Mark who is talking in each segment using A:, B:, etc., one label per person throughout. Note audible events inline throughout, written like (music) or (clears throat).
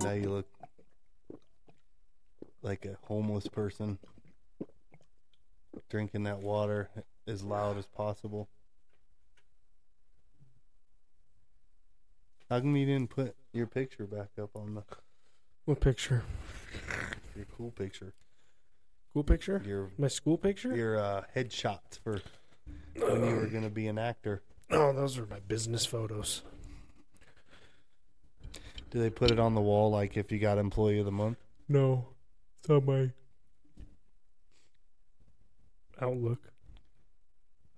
A: now you look like a homeless person drinking that water as loud as possible. How come you didn't put your picture back up on the
B: What picture?
A: your cool picture?
B: School picture?
A: Your
B: My school picture?
A: your uh, headshots for when you were gonna be an actor.
B: Oh, those are my business photos.
A: Do they put it on the wall like if you got employee of the month?
B: No, it's on my Outlook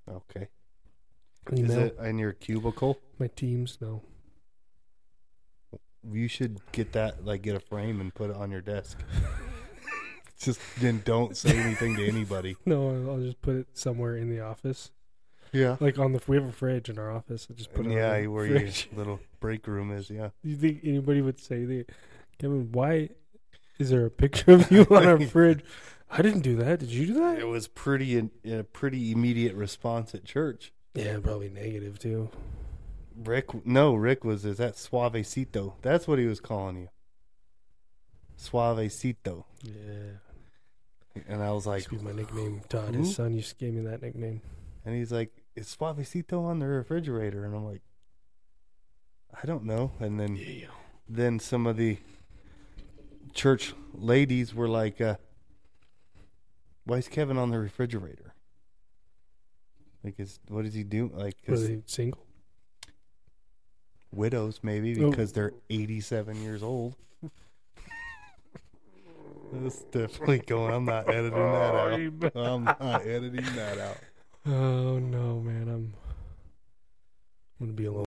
A: Okay. Is
B: email.
A: it in your cubicle?
B: My Teams, no. (laughs)
A: You should get that, like, get a frame and put it on your desk. Just then don't say anything to anybody.
B: No, I'll- I'll just put it somewhere in the office,
A: Yeah.
B: like on the. We have a fridge in our office. I just put it.
A: yeah,
B: on the
A: where your (laughs)
B: fridge.
A: little break room is. Yeah.
B: Do (laughs) you think anybody would say that? Kevin, why is there a picture
A: (laughs)
B: of you on our fridge? I didn't do that. Did you do
A: It
B: that?
A: was pretty, in, a pretty immediate response at church.
B: Yeah, probably negative too.
A: Rick, no, Rick was, is that suavecito? That's what he was calling you. Suavecito.
B: Yeah,
A: And I was like, Hmm?
B: used to be my nickname. Todd, his son, used to give me that nickname.
A: And he's like, "Is suavecito on the refrigerator?" And I'm like, "I don't know." And then then some of the church ladies were like, uh, "Why is Kevin on the refrigerator? Like, is what does he do? Like,
B: Was
A: 'cause
B: he single?
A: widows maybe
B: Oh.
A: because they're 87 years old." (laughs) That's definitely going. I'm not editing that out. I'm not editing that out.
B: (laughs) Oh no, man, I'm. I'm gonna be alone.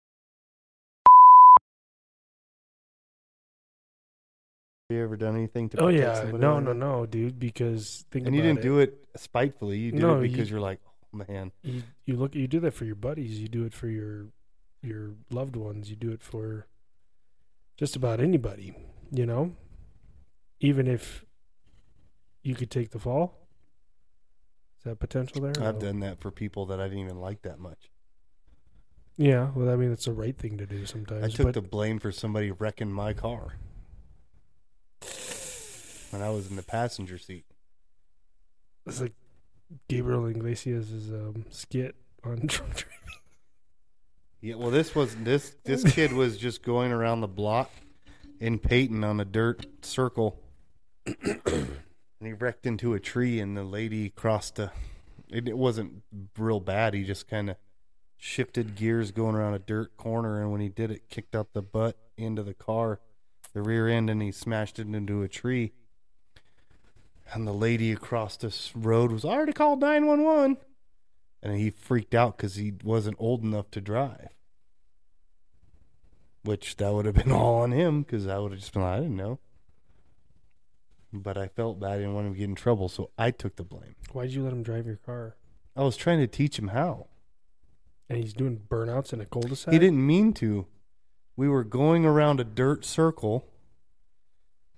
A: Have you ever done anything to?
B: Oh
A: protect
B: yeah,
A: somebody
B: no,
A: like
B: no,
A: that?
B: no, dude. Because think
A: And you
B: about
A: didn't
B: it.
A: do it spitefully. You did
B: No,
A: it because
B: you-
A: you, are like, oh, man,
B: you you look you do that for your buddies you do it for your your loved ones you do it for just about anybody you know even if you could take the fall is that potential there
A: I've
B: No.
A: done that for people that I didn't even like that much.
B: yeah well i mean it's the right thing to do
A: I
B: sometimes
A: took
B: but
A: the blame for somebody wrecking my car when I was in the passenger seat.
B: it's like gabriel iglesias um, skit on (laughs) Trump Tree.
A: Yeah, well, this was this this kid was just going around the block in Peyton on a dirt circle, (coughs) and he wrecked into a tree, and the lady crossed the. It, it wasn't real bad. He just kind of shifted gears going around a dirt corner, and when he did it, kicked out the butt end of the car, the rear end, and he smashed it into a tree. And the lady across this road was I already called nine one one and he freaked out because he wasn't old enough to drive. Which that would have been (laughs) all on him because I would have just been like, I didn't know. But I felt bad. I didn't want him to get in trouble, so I took the blame.
B: why'd you let him drive your car
A: I was trying to teach him how.
B: and he's doing burnouts in a cul-de-sac
A: He didn't mean to. We were going around a dirt circle,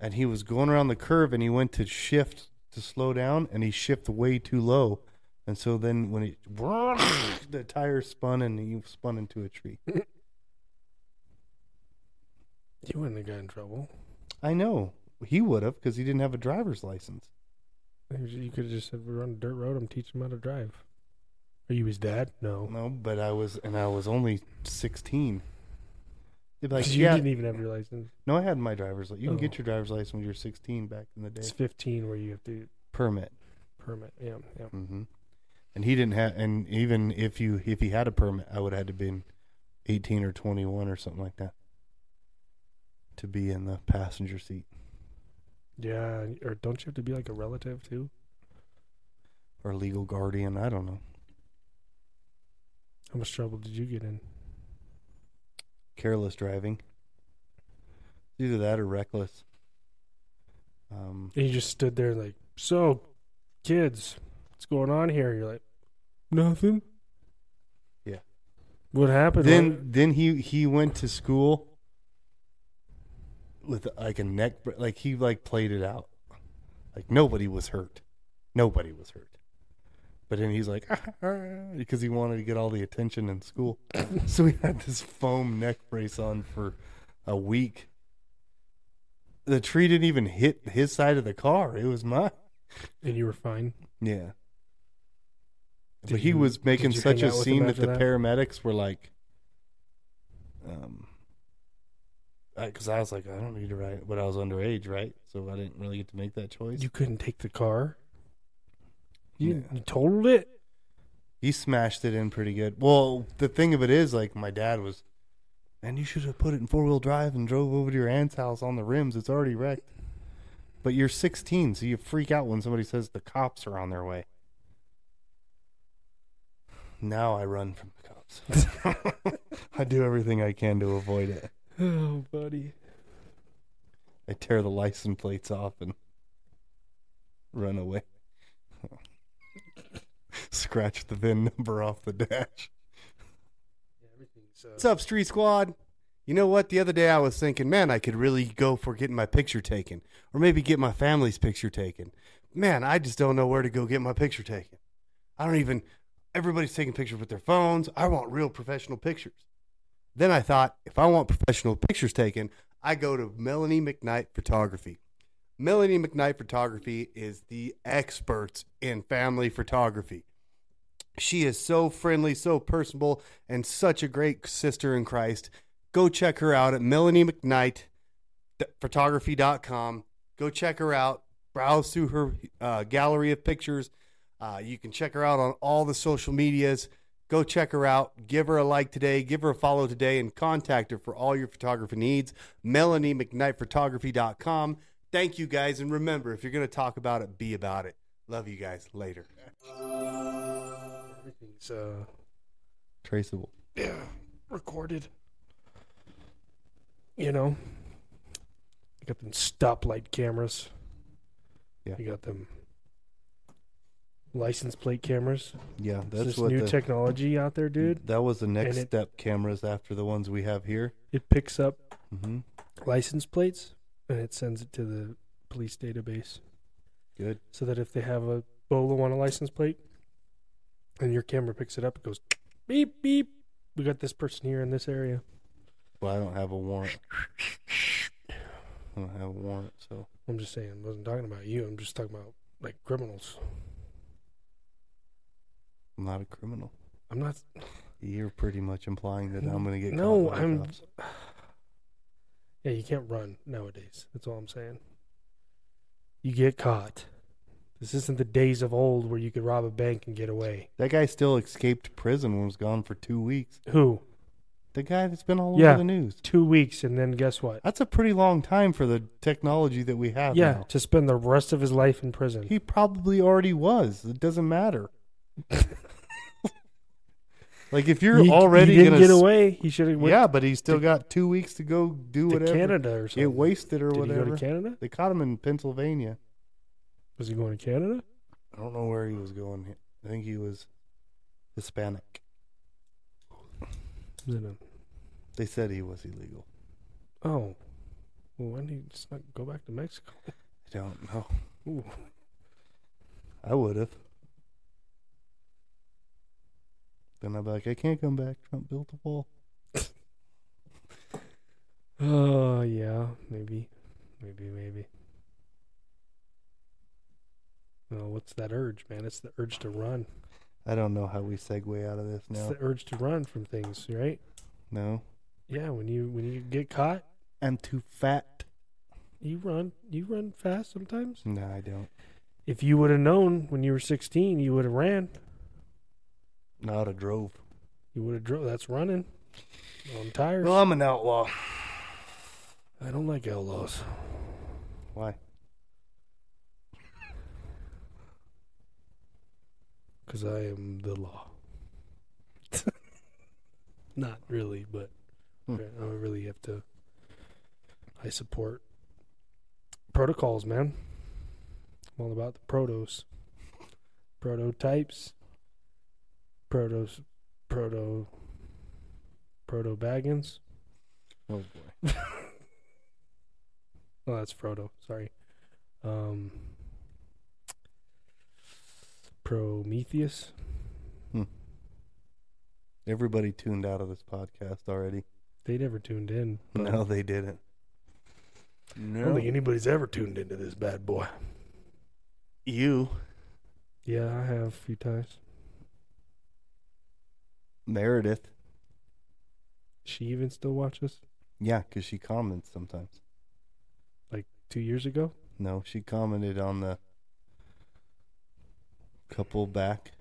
A: and he was going around the curve, and he went to shift to slow down, and he shifted way too low, and so then when he the tire spun, and he spun into a tree.
B: you wouldn't have got in trouble
A: I know he would have because he didn't have a driver's license.
B: You could have just said, "We're on a dirt road. I'm teaching him how to drive." Are you his dad? No,
A: No, but I was, and I was only sixteen. They'd be like,
B: you
A: yeah,
B: didn't even have your license.
A: no, I had my driver's. Li- you can
B: Oh.
A: get your driver's license when you're sixteen back in the day.
B: It's 15 where you have to
A: Permit.
B: permit. Yeah, yeah.
A: hmm And he didn't have, and even if you if he had a permit, I would have had to been eighteen or twenty one or something like that to be in the passenger seat.
B: Yeah, and- or don't you have to be like a relative too?
A: Or legal guardian, I don't know.
B: How much trouble did you get in?
A: Careless driving. Either that or reckless. Um,
B: And you just stood there like, "So, kids, what's going on here?" And you're like, "Nothing."
A: Yeah.
B: What happened?
A: then then he he went to school with like a neck br- like he like played it out like nobody was hurt nobody was hurt but then he's like (laughs) because he wanted to get all the attention in school (laughs) so he had this foam neck brace on for a week the tree didn't even hit his side of the car. It was mine.
B: and you were fine.
A: Yeah.
B: Did
A: but he
B: you-
A: was making
B: did you
A: such
B: hang
A: a
B: out with him
A: scene that
B: after
A: the
B: that?
A: paramedics were like, um, because I was like, I don't need to ride, but I was underage, right? So I didn't really get to make that choice.
B: You couldn't take the car. You,
A: Yeah.
B: you totaled it.
A: he smashed it in pretty good. Well, the thing of it is, like, my dad was, man, you should have put it in four wheel drive and drove over to your aunt's house on the rims. It's already wrecked. But you're 16, so you freak out when somebody says the cops are on their way. Now I run from the cops. (laughs) I do everything I can to avoid it.
B: Oh, buddy.
A: I tear the license plates off and run away. (laughs) Scratch the VIN number off the dash.
B: everything's uh,
A: What's up, Street Squad? You know what? The other day I was thinking, man, I could really go for getting my picture taken, or maybe get my family's picture taken. Man, I just don't know where to go get my picture taken. I don't even. Everybody's taking pictures with their phones. I want real professional pictures. Then I thought, if I want professional pictures taken, I go to Melanie McKnight Photography. Melanie McKnight Photography is the experts in family photography. She is so friendly, so personable, and such a great sister in Christ. Go check her out at Melanie McKnight photography.com. Go check her out. Browse through her uh, gallery of pictures. Uh, you can check her out on all the social medias. Go check her out. Give her a like today. Give her a follow today and contact her for all your photography needs. Melanie McKnight photography.com. Thank you guys. And remember, if you're going to talk about it, be about it. Love you guys. Later.
B: Everything's uh,
A: Traceable.
B: yeah, recorded. You know, you got them stoplight cameras.
A: Yeah.
B: You got them license plate cameras.
A: Yeah,
B: That's this new technology out there, dude.
A: That was the next
B: And it-
A: step cameras after the ones we have here.
B: It picks up
A: Mm-hmm.
B: license plates and it sends it to the police database
A: Good.
B: so that if they have a bolo on a license plate and your camera picks it up, it goes beep, beep. We got this person here in this area.
A: Well, I don't have a warrant. I don't have a warrant, so
B: I'm just saying, wasn't talking about you. I'm just talking about like criminals.
A: I'm not a criminal.
B: I'm not.
A: You're pretty much implying that I'm going to get
B: No,
A: caught by the
B: I'm-
A: cops.
B: Yeah, you can't run nowadays. That's all I'm saying. You get caught. This isn't the days of old where you could rob a bank and get away.
A: That guy still escaped prison and was gone for two weeks.
B: Who?
A: The guy that's been all
B: Yeah.
A: over the news.
B: Two weeks, and then guess what?
A: That's a pretty long time for the technology that we have
B: Yeah,
A: now.
B: to spend the rest of his life in prison.
A: He probably already was. It doesn't
B: (laughs)
A: matter. like if you're
B: He- he
A: already
B: didn't
A: gonna
B: get away. He should have went
A: yeah, but he's still
B: to-
A: got two weeks to go do
B: to
A: whatever.
B: Canada or something.
A: Get wasted or
B: Did
A: whatever.
B: he go to Canada?
A: They caught him in Pennsylvania.
B: Was he going to Canada?
A: I don't know where he was going. I think he was Hispanic.
B: Was it a-
A: They said he was illegal.
B: um, Oh, well, why didn't he just not go back to Mexico?
A: I don't know.
B: Ooh.
A: I would have. Then I'm like, I can't come back. Trump built a wall.
B: Oh yeah, maybe, maybe, maybe. Oh, what's that urge, man? It's the urge to run.
A: I don't know how we segue out of this
B: It's
A: now.
B: the urge to run from things, right?
A: No.
B: Yeah, when you when you get caught,
A: I'm too fat.
B: you run. You run fast sometimes.
A: No, I don't.
B: If you would have known when you were 16, you would have ran.
A: Not a drove.
B: You would have drove. That's running. I'm tired.
A: Well, I'm an outlaw.
B: I don't like outlaws.
A: Why?
B: Because I am the law. (laughs) Not really, but
A: Hmm.
B: I don't really have to. I support protocols, man. I'm all about the protos, prototypes, protos, proto, proto baggins.
A: Oh boy.
B: (laughs) Oh, that's Frodo. Sorry. Um, Prometheus.
A: Everybody tuned out of this podcast already.
B: They never tuned in. but-
A: No, they didn't.
B: I don't
A: Hmm. No.
B: think anybody's ever tuned into this bad boy.
A: You.
B: Yeah, I have a few times.
A: Meredith.
B: She even still watches
A: Yeah, because she comments sometimes.
B: two years ago.
A: No, she commented on the couple back.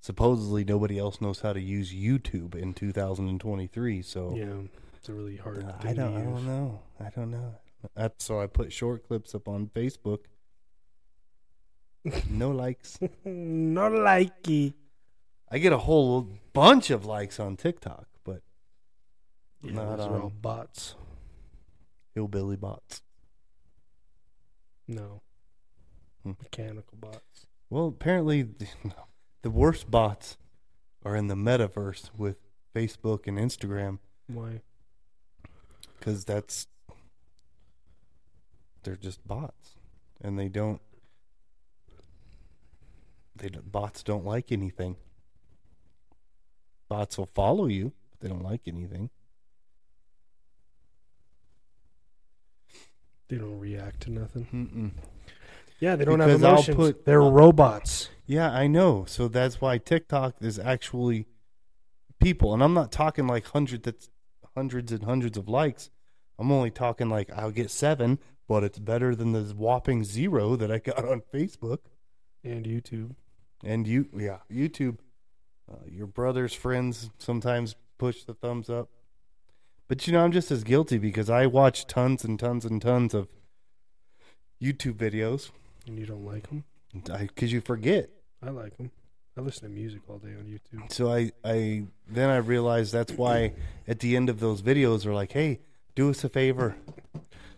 A: Supposedly, nobody else knows how to use YouTube in 2023, so
B: Yeah, it's a really hard.
A: Uh, Oh.
B: thing
A: I don't,
B: To
A: I
B: use.
A: don't know. I don't know. That's, so I put short clips up on Facebook. (laughs) No likes.
B: no likey.
A: I get a whole bunch of likes on TikTok, but
B: Yeah,
A: Not
B: those are all
A: on-
B: bots.
A: hillbilly bots.
B: No,
A: Hmm.
B: mechanical bots.
A: Well, apparently, (laughs) the, the worst bots are in the metaverse with Facebook and Instagram
B: Why?
A: because that's they're just bots, and they don't they don't- bots don't like anything. Bots will follow you, but they don't like anything.
B: They don't react to nothing.
A: Mm-mm.
B: Yeah, they don't
A: Because
B: have
A: I'll
B: emotions.
A: put-
B: They're
A: uh,
B: robots.
A: Yeah, I know. So that's why TikTok is actually people, and I'm not talking like hundred that's hundreds and hundreds of likes. I'm only talking like I'll get seven, but it's better than the whopping zero that I got on Facebook
B: And YouTube.
A: and you. Yeah, YouTube. Uh, your brother's friends sometimes push the thumbs up, but you know I'm just as guilty because I watch tons and tons and tons of YouTube videos
B: And you don't like them?
A: because you forget.
B: I like them. I listen to music all day on YouTube.
A: so I, I then I realized that's why at the end of those videos are like, hey, do us a favor,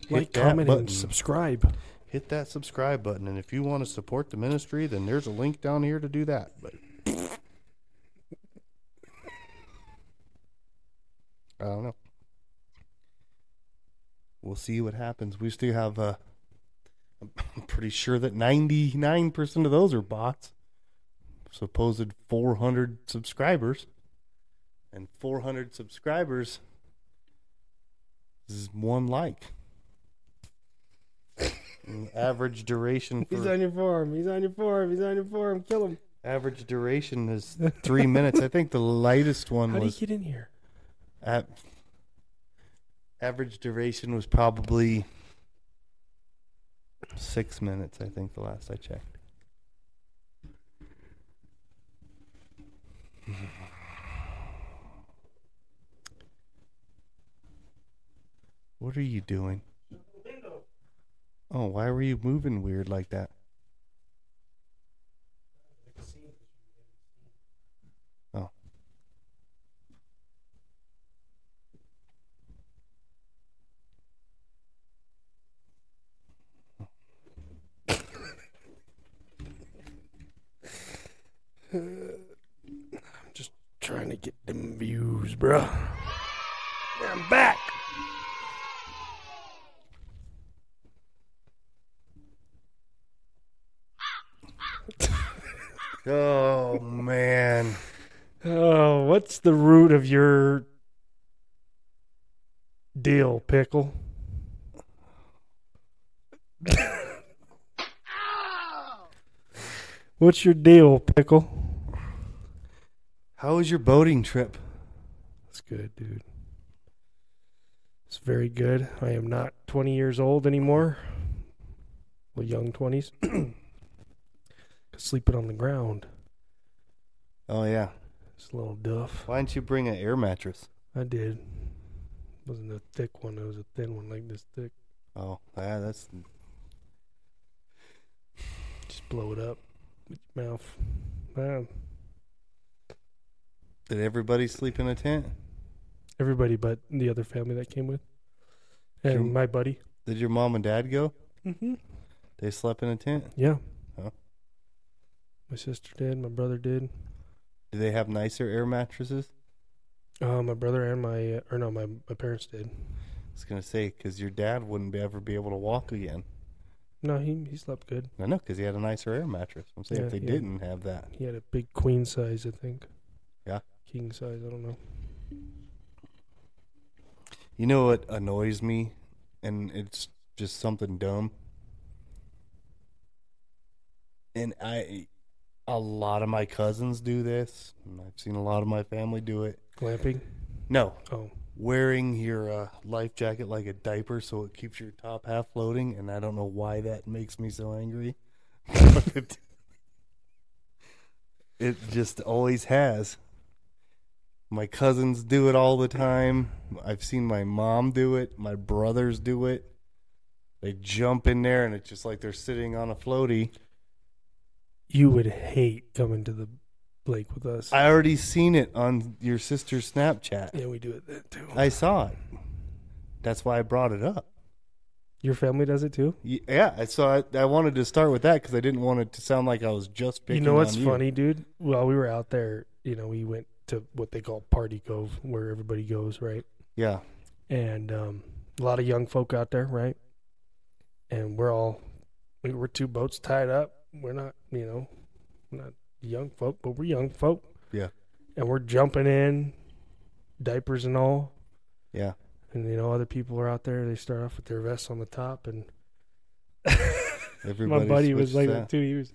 A: hit
B: Like,
A: that
B: comment,
A: button,
B: and subscribe.
A: hit that subscribe button, and if you want to support the ministry, then there's a link down here to do that. But I don't know. We'll see what happens. We still have. Uh, (laughs) I'm pretty sure that 99% of those are bots. Supposed 400 subscribers. And 400 subscribers is one like. (laughs) And average duration
B: He's
A: for,
B: on your forum. He's on your forum. He's on your forum. Kill him.
A: average duration is 3 minutes. I think the lightest one
B: How do you
A: was
B: get in here?
A: at average duration was probably 6 minutes, I think the last I checked. What are you doing? Oh, why were you moving weird like that? Oh.
B: I'm just trying to get them views, bro. I'm back.
A: Oh (laughs) man.
B: Oh, what's the root of your deal, (laughs) pickle? what's your deal, pickle?
A: How was your boating trip?
B: It's good, dude. It's very good. I am not 20 years old anymore. Well, young (clears throat) 20s. Sleeping on the ground.
A: Oh yeah.
B: It's a little duff.
A: Why didn't you bring an air mattress?
B: I did. Wasn't a thick one. It was a thin one, like this thick.
A: Oh, yeah, that's
B: Just blow it up with your mouth. Man,
A: did everybody sleep in a tent?
B: everybody but the other family that came with, and
A: Sure.
B: my buddy.
A: Did your mom and dad go?
B: Mm-hmm.
A: They slept in a tent?
B: Yeah.
A: Huh.
B: My sister did. My brother did.
A: Do they have nicer air mattresses?
B: Uh, my brother and my, or no, my my parents did.
A: I was gonna say because your dad wouldn't be, ever be able to walk again.
B: No, he he slept good.
A: I know because he had a nicer air mattress. I'm saying if
B: Yeah,
A: they
B: yeah.
A: didn't have that,
B: He had a big queen size, I think.
A: Yeah.
B: King size, I don't know.
A: You know what annoys me, and it's just something dumb. And I, a lot of my cousins do this. And I've seen a lot of my family do it.
B: Glamping.
A: No,
B: Oh,
A: wearing your uh, life jacket like a diaper so it keeps your top half floating, and I don't know why that makes me so angry. (laughs) But it, it just always has. My cousins do it all the time. I've seen my mom do it. My brothers do it. They jump in there, and it's just like they're sitting on a floaty.
B: you would hate coming to the lake with us.
A: I already seen it on your sister's Snapchat.
B: yeah, we do it then too.
A: I saw it. That's why I brought it up.
B: Your family does it too.
A: Yeah, I- so I, I wanted to start with that because I didn't want it to sound like I was just picking.
B: you know what's
A: on you.
B: funny, dude? While we were out there, you know, we went to what they call Party Cove, where everybody goes, right?
A: Yeah,
B: and um, a lot of young folk out there, right? And we're all we were two boats tied up. We're not, you know, we're not young folk, but we're young folk.
A: Yeah.
B: And we're jumping in, diapers and all.
A: yeah.
B: And you know, other people are out there. They start off with their vests on the top, and
A: Everybody
B: my buddy was
A: switched
B: like
A: that.
B: that too. He was,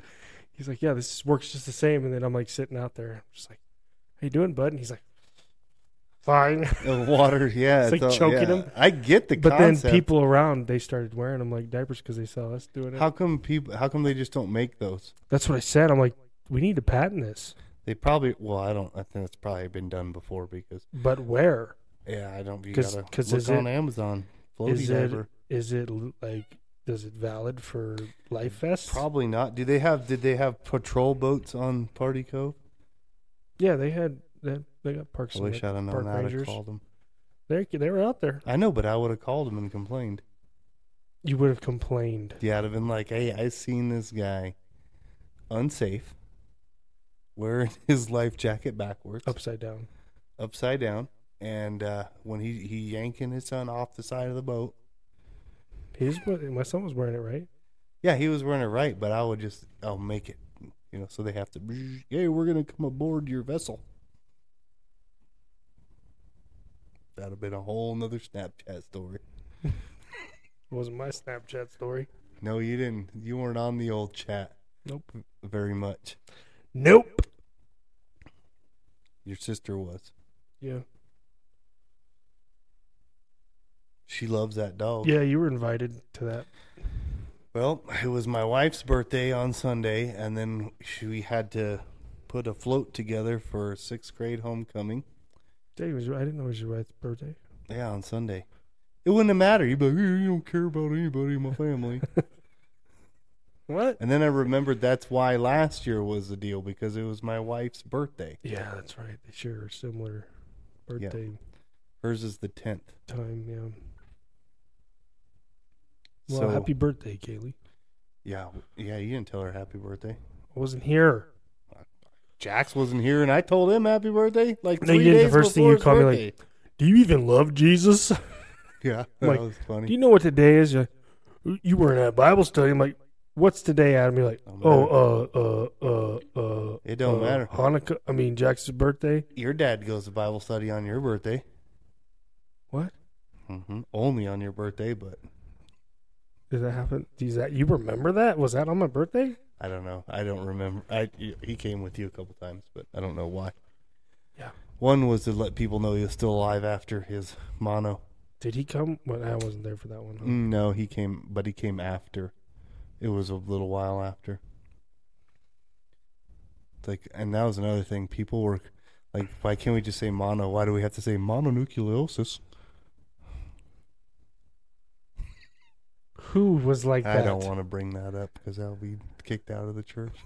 B: he's like, yeah, this works just the same. And then I'm like sitting out there, just like, how you doing, bud? And he's like, fine.
A: (laughs) The water, yeah,
B: It's like
A: all-
B: choking
A: yeah.
B: him.
A: I get the
B: but
A: concept.
B: then people around they started wearing them like diapers because they saw us doing it.
A: how come people? How come they just don't make those?
B: That's what I said. I'm like, we need to patent this,
A: They probably. Well, I don't. I think it's probably been done before because.
B: but where
A: Yeah, I don't. You
B: 'Cause-
A: gotta
B: 'cause
A: look
B: is
A: on
B: it-
A: Amazon. Floaty
B: is it?
A: diaper.
B: Is it l- like? Is it valid for life vests?
A: Probably not. Do they have? Did they have patrol boats on Party Cove?
B: Yeah, they had they, they got parks.
A: I
B: and
A: wish
B: Rec-
A: I'd have known.
B: park
A: I'd have
B: rangers.
A: called them.
B: They they were out there.
A: I know, but I would have called them and complained.
B: You would have complained.
A: Yeah, I'd have been like, hey, I seen this guy unsafe, wearing (laughs) his life jacket backwards,
B: Upside down.
A: upside down. And uh, when he, he yanking his son off the side of the boat,
B: He's my son was wearing it right.
A: yeah, he was wearing it right, but I would just, I'll make it. You know, so they have to, hey, we're going to come aboard your vessel. That would have been a whole nother Snapchat story.
B: It wasn't my Snapchat story.
A: No, you didn't. You weren't on the old chat
B: Nope.
A: very much.
B: Nope.
A: Your sister was.
B: Yeah.
A: She loves that dog.
B: Yeah, you were invited to that.
A: Well, it was my wife's birthday on Sunday, and then she, we had to put a float together for sixth grade homecoming.
B: Dang, was, I didn't know it was your wife's birthday.
A: Yeah, on Sunday. It wouldn't have mattered. You'd be like, "Eh, you don't care about anybody in my
B: (laughs)
A: family.
B: What?
A: and then I remembered that's why last year was the deal because it was my wife's birthday.
B: Yeah, that's right. They share a similar birthday
A: Hers is the 10th.
B: time. Yeah. Well,
A: so,
B: happy birthday, Kaylee.
A: Yeah, yeah, you didn't tell her happy birthday.
B: I wasn't here.
A: Jax wasn't here, and I told him happy birthday. Like,
B: No,
A: three
B: you didn't. The
A: days
B: first thing
A: before
B: you
A: his
B: called me, like,
A: birthday.
B: Do you even love Jesus? Do (laughs)
A: Yeah, that
B: like,
A: was funny.
B: you know what today is? You're like, you weren't at Bible study. I'm like, what's today, Adam? You're like,
A: Don't
B: oh, uh, uh, uh, uh.
A: It don't
B: uh,
A: matter.
B: Hanukkah. I mean, Jackson's birthday.
A: Your dad goes to Bible study on your birthday.
B: What?
A: hmm Only on your birthday, but
B: Did that happen? Is that you remember that? Was that on my birthday?
A: I don't know. I don't remember. I he came with you a couple times, but I don't know why.
B: Yeah.
A: One was to let people know he was still alive after his mono.
B: Did he come? Well, I wasn't there for that one. huh?
A: Mm, No, he came, but he came after. It was a little while after. It's Like, and that was another thing. People were like, "Why can't we just say mono? Why do we have to say mononucleosis?"
B: Who was like that?
A: I don't want to bring that up because I'll be kicked out of the church.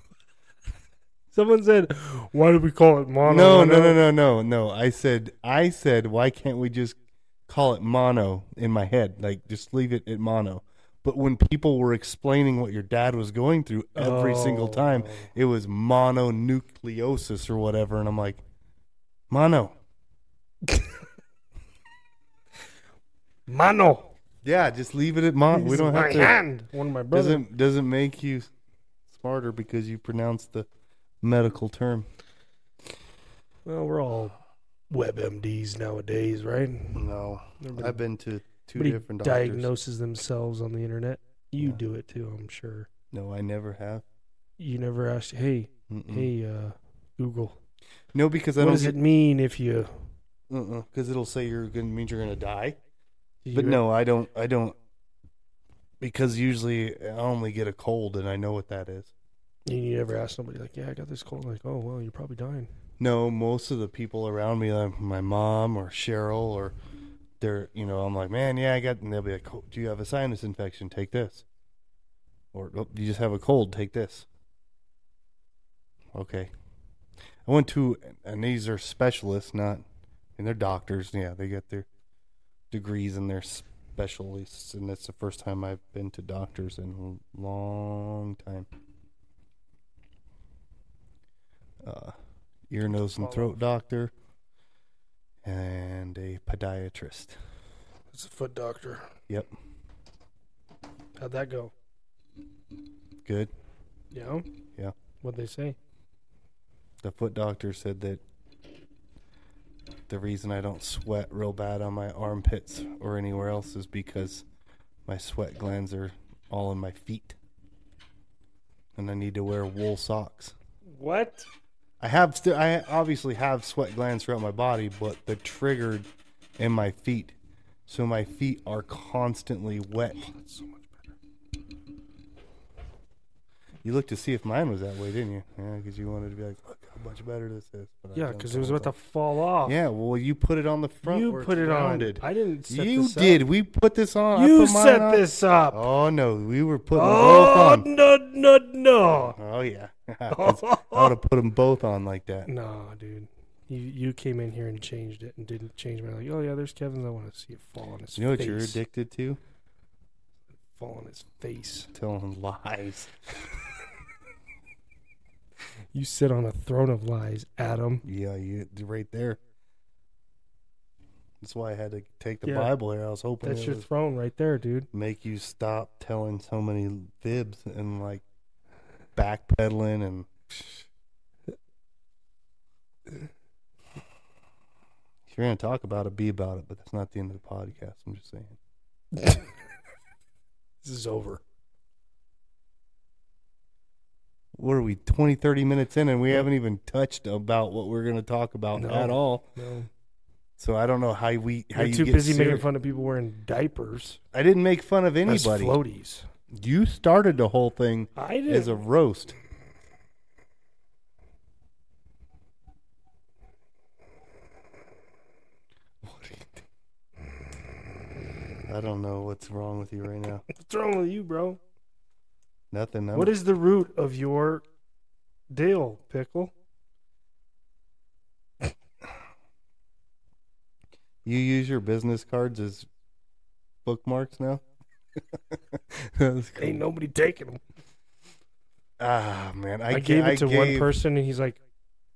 B: Someone said, "Why do we call it mono?"
A: no,
B: mono?"
A: no, no, no, no, no. I said, I said, why can't we just call it mono in my head? Like, just leave it at mono. But when people were explaining what your dad was going through every single
B: Oh.
A: time, it was mononucleosis or whatever. And I'm like, mono.
B: Mano.
A: Yeah, just leave it at mono. We
B: This
A: don't
B: is
A: have
B: my
A: to.
B: hand. One of my brothers.
A: Doesn't doesn't make you smarter because you pronounce the medical term.
B: Well, we're all WebMDs nowadays, right?
A: No,
B: Everybody-
A: I've been to two
B: everybody
A: different doctors.
B: diagnoses themselves on the internet. You
A: Yeah.
B: do it too, I'm sure.
A: No, I never have.
B: You never asked, hey,
A: Mm-mm.
B: hey, uh, Google,
A: no, because I
B: what
A: don't.
B: does
A: Mm. Get,
B: it mean if you?
A: because Uh-uh, it'll say you're gonna means you're gonna die.
B: you
A: But no, I don't. I don't. Because usually I only get a cold, and I know what that is.
B: and you never ask somebody like, yeah, I got this cold. Like, oh well, you're probably dying.
A: No, most of the people around me, like my mom or Cheryl, or they're, you know, I'm like, man, yeah, I got, and they'll be like, oh, do you have a sinus infection? Take this. Or oh, you just have a cold? Take this. Okay. I went to, and these are specialists, not, and they're doctors. Yeah, they get their degrees and their specialists, and that's the first time I've been to doctors in a long time. Uh, ear, nose, and throat doctor, and a podiatrist.
B: It's a foot doctor.
A: Yep.
B: How'd that go?
A: Good.
B: Yeah.
A: Yeah.
B: What'd they say?
A: The foot doctor said that the reason I don't sweat real bad on my armpits or anywhere else is because my sweat glands are all in my feet. And I need to wear wool socks.
B: What?
A: I have still I obviously have sweat glands throughout my body, but they're triggered in my feet. So my feet are constantly wet.
B: Oh, That's so much better.
A: You looked to see if mine was that way, didn't you? Yeah, because you wanted to be like, look how much better this is. But I
B: Yeah,
A: don't
B: because it was
A: know.
B: about to fall off.
A: Yeah, well, you put it on the front.
B: You
A: where it's
B: put it
A: rounded.
B: on. I didn't. Set
A: you
B: this up.
A: did. We put this on. I
B: You
A: put mine
B: set
A: on.
B: this up.
A: Oh no, we were putting them
B: Oh,
A: both on.
B: no, no, no.
A: Oh yeah, (laughs) 'Cause I
B: (laughs)
A: would have put them both on like that.
B: No, dude. You you came in here and changed it and didn't change my like, oh yeah, there's Kevin's I want to see it fall on his
A: You know what
B: face.
A: you're addicted to?
B: fall on his face.
A: Telling (laughs) lies.
B: You sit on a throne of lies, Adam.
A: Yeah, you right there. That's why I had to take the
B: Yeah.
A: Bible here. I was hoping
B: That's
A: it
B: your
A: would
B: throne right
A: (laughs)
B: there, dude.
A: make you stop telling so many fibs and like backpedaling and. If you're gonna talk about it, be about it, but that's not the end of the podcast. I'm just saying.
B: this is over.
A: What are we 20, 30 minutes in, and we haven't even touched about what we're gonna talk about
B: No.
A: at all.
B: No.
A: So I don't know how we how
B: You're
A: you
B: too
A: get
B: busy making
A: serious.
B: fun of people wearing diapers.
A: I didn't make fun of
B: That's
A: anybody.
B: floaties.
A: You started the whole thing
B: I didn't
A: as a roast. What are you doing? I don't know what's wrong with you right now.
B: (laughs) What's wrong with you, bro?
A: Nothing. I'm,
B: What is the root of your deal, pickle?
A: you use your business cards as bookmarks now? (laughs) that was cool.
B: Ain't nobody taking them.
A: ah man, I,
B: I,
A: ga-
B: gave it to one
A: gave-
B: person, and he's like,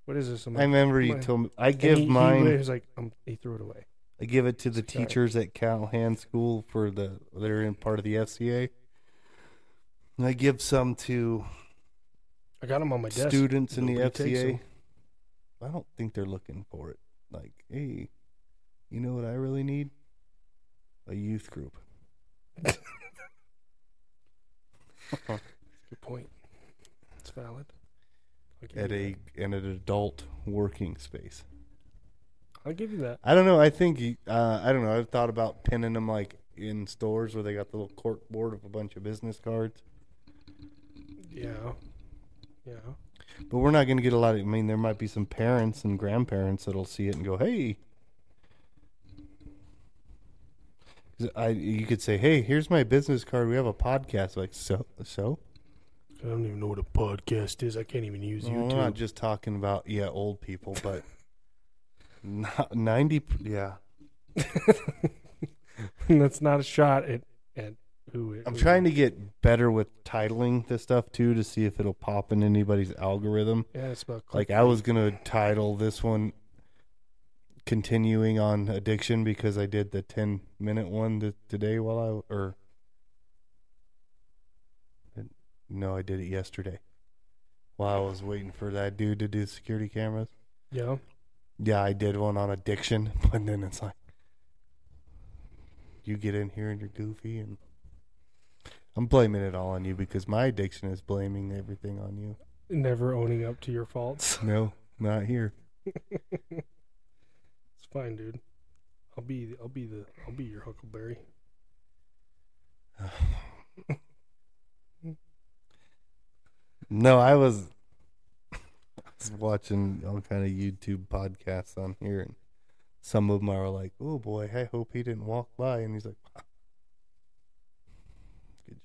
B: "What is this?" I'm
A: I
B: like,
A: remember you
B: Mine.
A: told me I
B: and
A: give
B: he, he
A: mine.
B: literally was like, um, "He threw it away."
A: I give it to the
B: Sorry.
A: teachers at Callahan School for the they're in part of the FCA. And I give some to
B: I got him on my desk. (laughs)
A: students in the
B: Nobody takes
A: FCA.
B: them.
A: I don't think they're looking for it. Like, hey, you know what I really need? A youth group.
B: Good point. It's valid. I'll
A: (laughs)
B: give
A: At
B: you
A: a
B: that.
A: in an adult working space.
B: I'll give you that.
A: I don't know. I think you- uh, I don't know. I've thought about pinning them like in stores where they got the little cork board of a bunch of business cards.
B: Yeah, yeah.
A: But we're not going to get a lot of. I mean, there might be some parents and grandparents that'll see it and go, "Hey." 'Cause I, you could say, "Hey, here's my business card. We have a podcast." Like so, so.
B: I don't even know what a podcast is. I can't even use
A: Well, we're not just talking about yeah, old people, but (laughs) not ninety. p- Yeah,
B: (laughs) That's not a shot at at who. It,
A: I'm trying to get better with titling this stuff too to see if it'll pop in anybody's algorithm.
B: Yeah, it's about
A: Like I was gonna title this one "Continuing on Addiction" because I did the ten minute one th- today while I or no, I did it yesterday while I was waiting for that dude to do security cameras.
B: Yeah,
A: Yeah, I did one on addiction, (laughs) but then it's like you get in here and you're goofy and I'm blaming it all on you because my addiction is blaming everything on you.
B: Never owning up to your faults.
A: No, not here.
B: It's fine, dude. I'll be I'll be the I'll be your huckleberry.
A: No, I was (laughs) I was watching all kind of YouTube podcasts on here and some of them are like, "Oh boy, I hope he didn't walk by." And he's like, (laughs)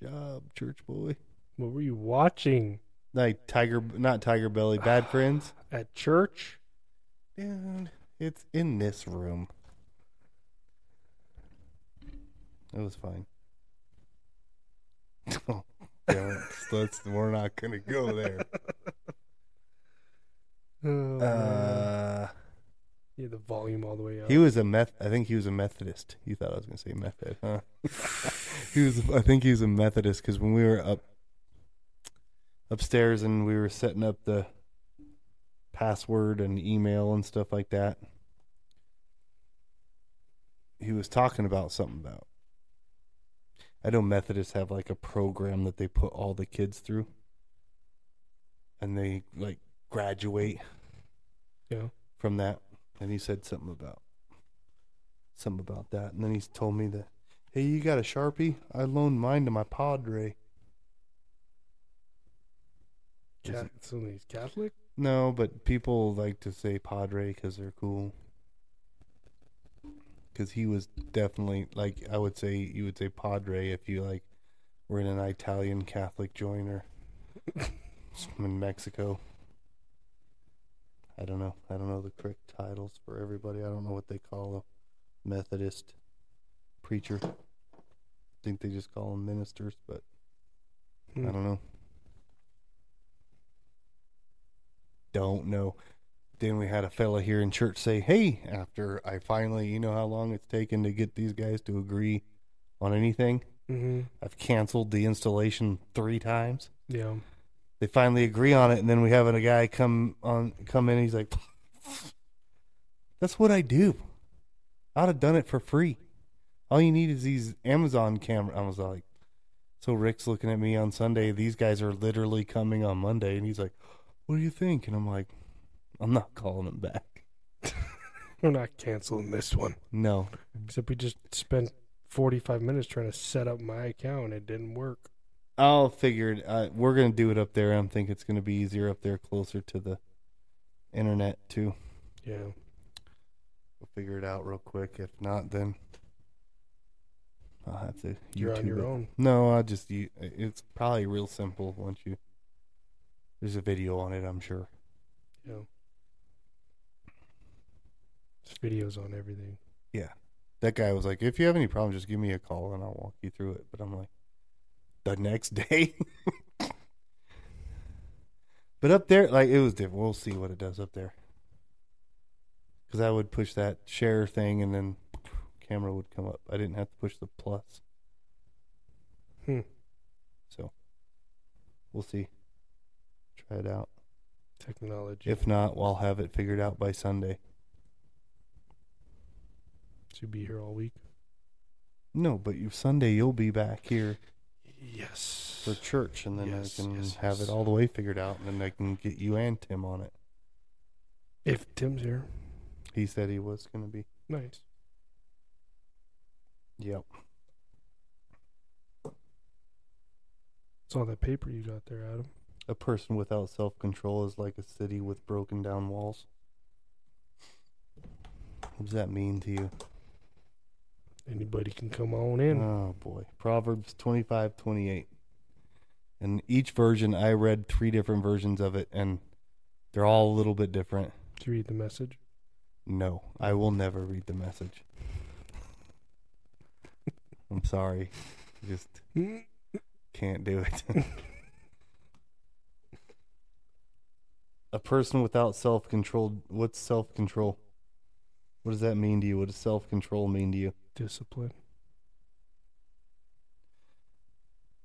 A: "Good job, church boy."
B: What were you watching
A: Like Tiger not Tiger (sighs) Belly, Bad Friends.
B: at church?
A: Dude, it's in this room. It was fine. (laughs) Oh, (laughs) don't. Let's, we're not going to go there.
B: (laughs) Oh, man.
A: Uh,
B: yeah, the volume all the way up.
A: he was a meth. I think he was a Methodist. You thought I was going to say method, huh? (laughs) he was. I think he was a Methodist because when we were up upstairs and we were setting up the password and email and stuff like that, he was talking about something about. I know Methodists have like a program that they put all the kids through, and they like graduate
B: Yeah.
A: from that, and he said something about something about that, and then he's told me that, hey, you got a sharpie? I loaned mine to my padre. Is
B: Cat, somebody's Catholic.
A: No, but people like to say padre because they're cool. Because he was definitely like I would say you would say padre if you like were in an Italian Catholic joiner in Mexico. I don't know. I don't know the correct titles for everybody. I don't know what they call a Methodist preacher. I think they just call them ministers, but
B: Hmm.
A: I don't know. Don't know. Then we had a fella here in church say, Hey, after I finally, you know how long it's taken to get these guys to agree on anything?
B: Mm-hmm.
A: I've canceled the installation three times.
B: Yeah.
A: They finally agree on it, and then we have a guy come on come in. He's like, (laughs) "That's what I do. I'd have done it for free. All you need is these Amazon camera." I was like, "So Rick's looking at me on Sunday. These guys are literally coming on Monday," and he's like, "What do you think?" And I'm like, "I'm not calling them back.
B: We're not canceling this one.
A: No,
B: Except we just spent 45 minutes trying to set up my account. and It didn't work.
A: I'll figure it. Uh, we're gonna do it up there. I am think it's gonna be easier up there, closer to the internet too."
B: Yeah.
A: We'll figure it out real quick. If not, then I'll have to.
B: You're on
A: YouTube
B: your
A: it.
B: own.
A: No, I just. u- It's probably real simple once you. There's a video on it, I'm sure.
B: There's videos on everything.
A: That guy was like, "If you have any problems, just give me a call and I'll walk you through it." But I'm like, the next (laughs) day. but up there, like it was different. We'll see what it does up there. Because I would push that share thing and then camera would come up. I didn't have to push the plus.
B: Hmm.
A: So we'll see. Try it out.
B: Technology.
A: If not, we'll have it figured out by Sunday.
B: To be here all week.
A: No, but you Sunday you'll be back here.
B: Yes.
A: for church, and then
B: Yes,
A: I can
B: yes,
A: have
B: yes.
A: it all the way figured out, and then I can get you and Tim on it.
B: If Tim's here.
A: He said he was going to be.
B: Nice.
A: Yep.
B: It's all that paper you got there, Adam.
A: A person without self control is like a city with broken down walls. What does that mean to you?
B: Anybody can come on in.
A: Oh boy. Proverbs twenty five twenty eight. And each version, I read three different versions of it, and they're all a little bit different.
B: Did you read the message?
A: No, I will never read the message. I'm sorry. Just
B: Hmm.
A: Can't do it. (laughs) a person without self control. What's self control? What does that mean to you? What does self control mean to you?
B: Discipline.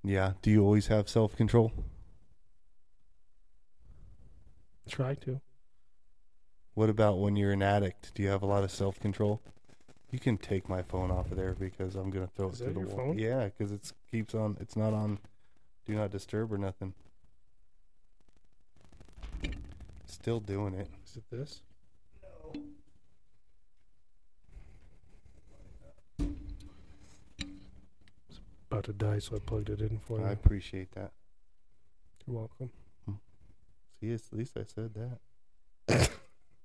A: Yeah. Do you always have self control?
B: Try to.
A: What about when you're an addict? Do you have a lot of self control? You can take my phone off of there because I'm gonna throw
B: Is
A: it
B: that
A: through the
B: your
A: wall.
B: phone?
A: Yeah, because it keeps on. It's not on. Do not disturb or nothing. Still doing it.
B: Is it this? No. About to die, so I plugged it in for you.
A: I appreciate that.
B: You're welcome.
A: See, at least I said that.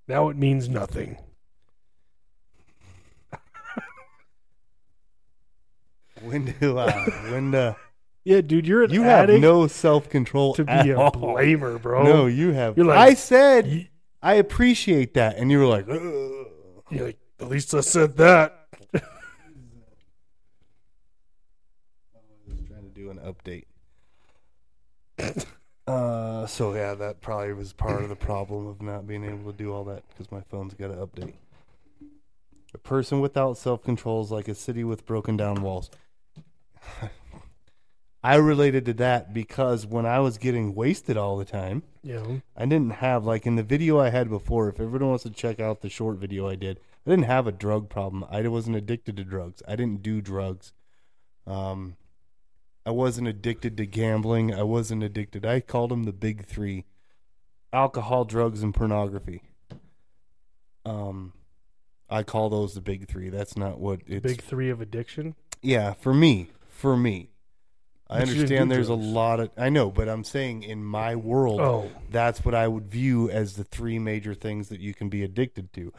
B: Now it means nothing.
A: When do I? when the
B: Yeah, dude, you're (laughs) an
A: you have
B: addict
A: no self control
B: to be
A: at
B: a
A: all.
B: blamer, bro.
A: No, you have.
B: You're like-
A: I said
B: You-
A: I appreciate that, and you were like, "Ugh."
B: you're like, at least I said that.
A: I was trying to do an update. (laughs) uh, so yeah, that probably was part of the problem of not being able to do all that because my phone's got an update. A person without self control is like a city with broken down walls. (laughs) I related to that because when I was getting wasted all the time,
B: Yeah.
A: I didn't have like in the video I had before. If everyone wants to check out the short video I did, I didn't have a drug problem. I wasn't addicted to drugs. I didn't do drugs. Um, I wasn't addicted to gambling. I wasn't addicted. I called them the big three: alcohol, drugs, and pornography. Um, I call those the big three. That's not what it's.
B: Big three of addiction.
A: Yeah, for me, for me. I
B: But you didn't
A: understand
B: do
A: there's a
B: drugs.
A: lot of I know, but I'm saying in my world,
B: Oh.
A: that's what I would view as the three major things that you can be addicted to.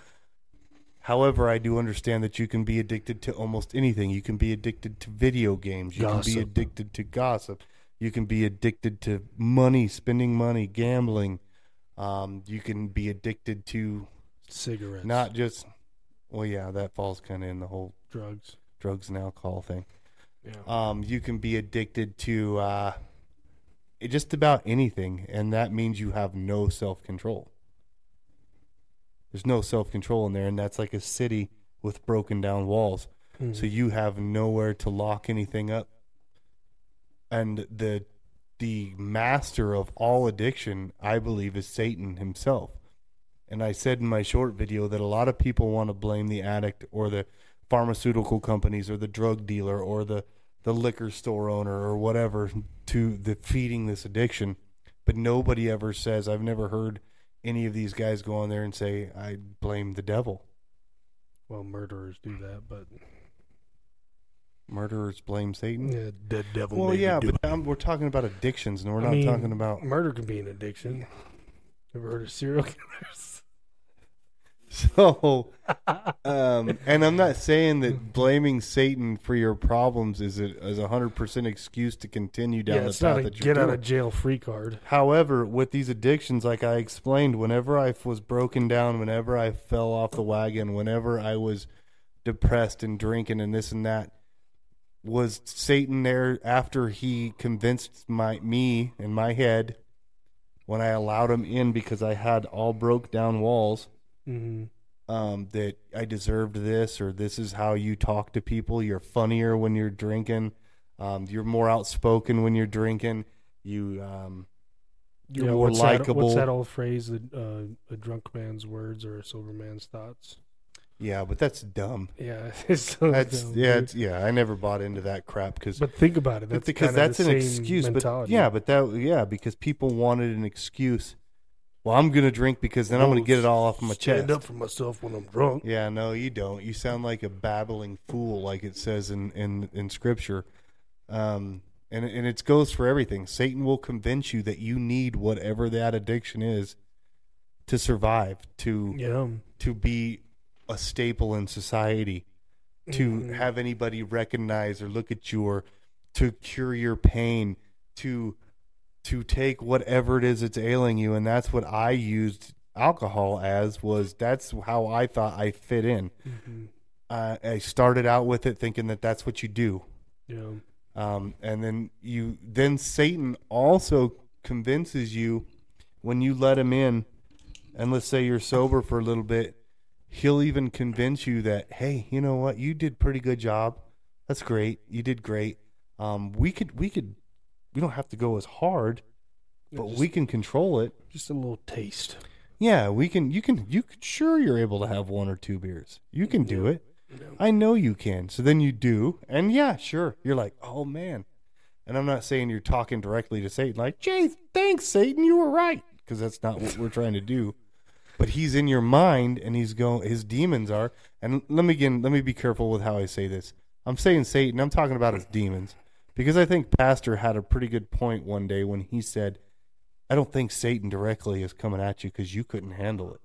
A: However, I do understand that you can be addicted to almost anything. You can be addicted to video games. You can be
B: Gossip.
A: addicted to gossip. You can be addicted to money, spending money, gambling. Um, you can be addicted to
B: Cigarettes.
A: not just, well, yeah, that falls kind of in the whole
B: drugs.
A: drugs and alcohol thing
B: Yeah.
A: um, you can be addicted to uh, it- just about anything, and that means you have no self control. There's no self control in there, and that's like a city with broken down walls.
B: Mm.
A: So you have nowhere to lock anything up. And the the master of all addiction, I believe, is Satan himself. And I said in my short video that a lot of people want to blame the addict or the pharmaceutical companies or the drug dealer or the, the liquor store owner or whatever to the feeding this addiction. But nobody ever says, I've never heard any of these guys go on there and say, I blame the devil.
B: well, murderers do that, but
A: Murderers blame Satan.
B: yeah, dead devil.
A: Mm. Well,
B: made me
A: yeah,
B: do
A: but
B: it.
A: um, we're talking about addictions, and we're
B: I
A: not
B: mean,
A: talking about (laughs)
B: murder can be an addiction. Ever heard of serial (laughs) killers?
A: so. Um, and I'm not saying
B: (laughs)
A: that blaming Satan for your problems is a is a hundred percent excuse to continue down
B: yeah,
A: the
B: it's
A: path
B: not a
A: that you're
B: get
A: doing.
B: out of jail free card.
A: However, with these addictions, like I explained, whenever I was broken down, whenever I fell off the wagon, whenever I was depressed and drinking and this and that, was Satan there after he convinced my me in my head when I allowed him in because I had all broke down walls
B: Mm-hmm.
A: um, that I deserved this or this is how you talk to people. You're funnier when you're drinking. Um, you're more outspoken when you're drinking. You um, you're more
B: what's that-
A: likable.
B: What's that old phrase? That, uh, a drunk man's words or a sober man's thoughts.
A: Yeah, but that's dumb.
B: Yeah, (laughs) it's so
A: That's
B: dumb,
A: yeah,
B: dude.
A: it's, yeah. I never bought into that crap because
B: But think about it. That's
A: because
B: kinda
A: that's
B: the
A: an
B: same
A: excuse.
B: Mentality.
A: But yeah, but that yeah because people wanted an excuse. Well, I'm gonna drink because then I'm gonna get it all off my
B: Stand
A: chest.
B: up for myself when I'm drunk.
A: Yeah, no, you don't. You sound like a babbling fool, like it says in in in scripture. Um, and and it goes for everything. Satan will convince you that you need whatever that addiction is to survive, to
B: Yeah,
A: to be a staple in society, to
B: Mm-hmm.
A: have anybody recognize or look at you, or to cure your pain, to to take whatever it is that's ailing you, and that's what I used alcohol as was that's how I thought I fit in.
B: Mm-hmm.
A: Uh, I started out with it thinking that that's what you do,
B: yeah.
A: um, and then you then Satan also convinces you when you let him in, and let's say you're sober for a little bit, he'll even convince you that hey, you know what, you did pretty good job. That's great. You did great. Um, we could we could we don't have to go as hard, but
B: just,
A: we can control it.
B: just a little taste.
A: Yeah, we can. You can. You can, sure you're able to have one or two beers. You can do it. I know you can. So then you do, and yeah, sure. You're like, oh man. And I'm not saying you're talking directly to Satan, like, Jay, thanks, Satan, you were right, because that's not what we're trying to do. But he's in your mind, and he's going. His demons are. And let me again. Let me be careful with how I say this. I'm saying Satan. I'm talking about his demons, because I think Pastor had a pretty good point one day when he said, I don't think Satan directly is coming at you because you couldn't handle it.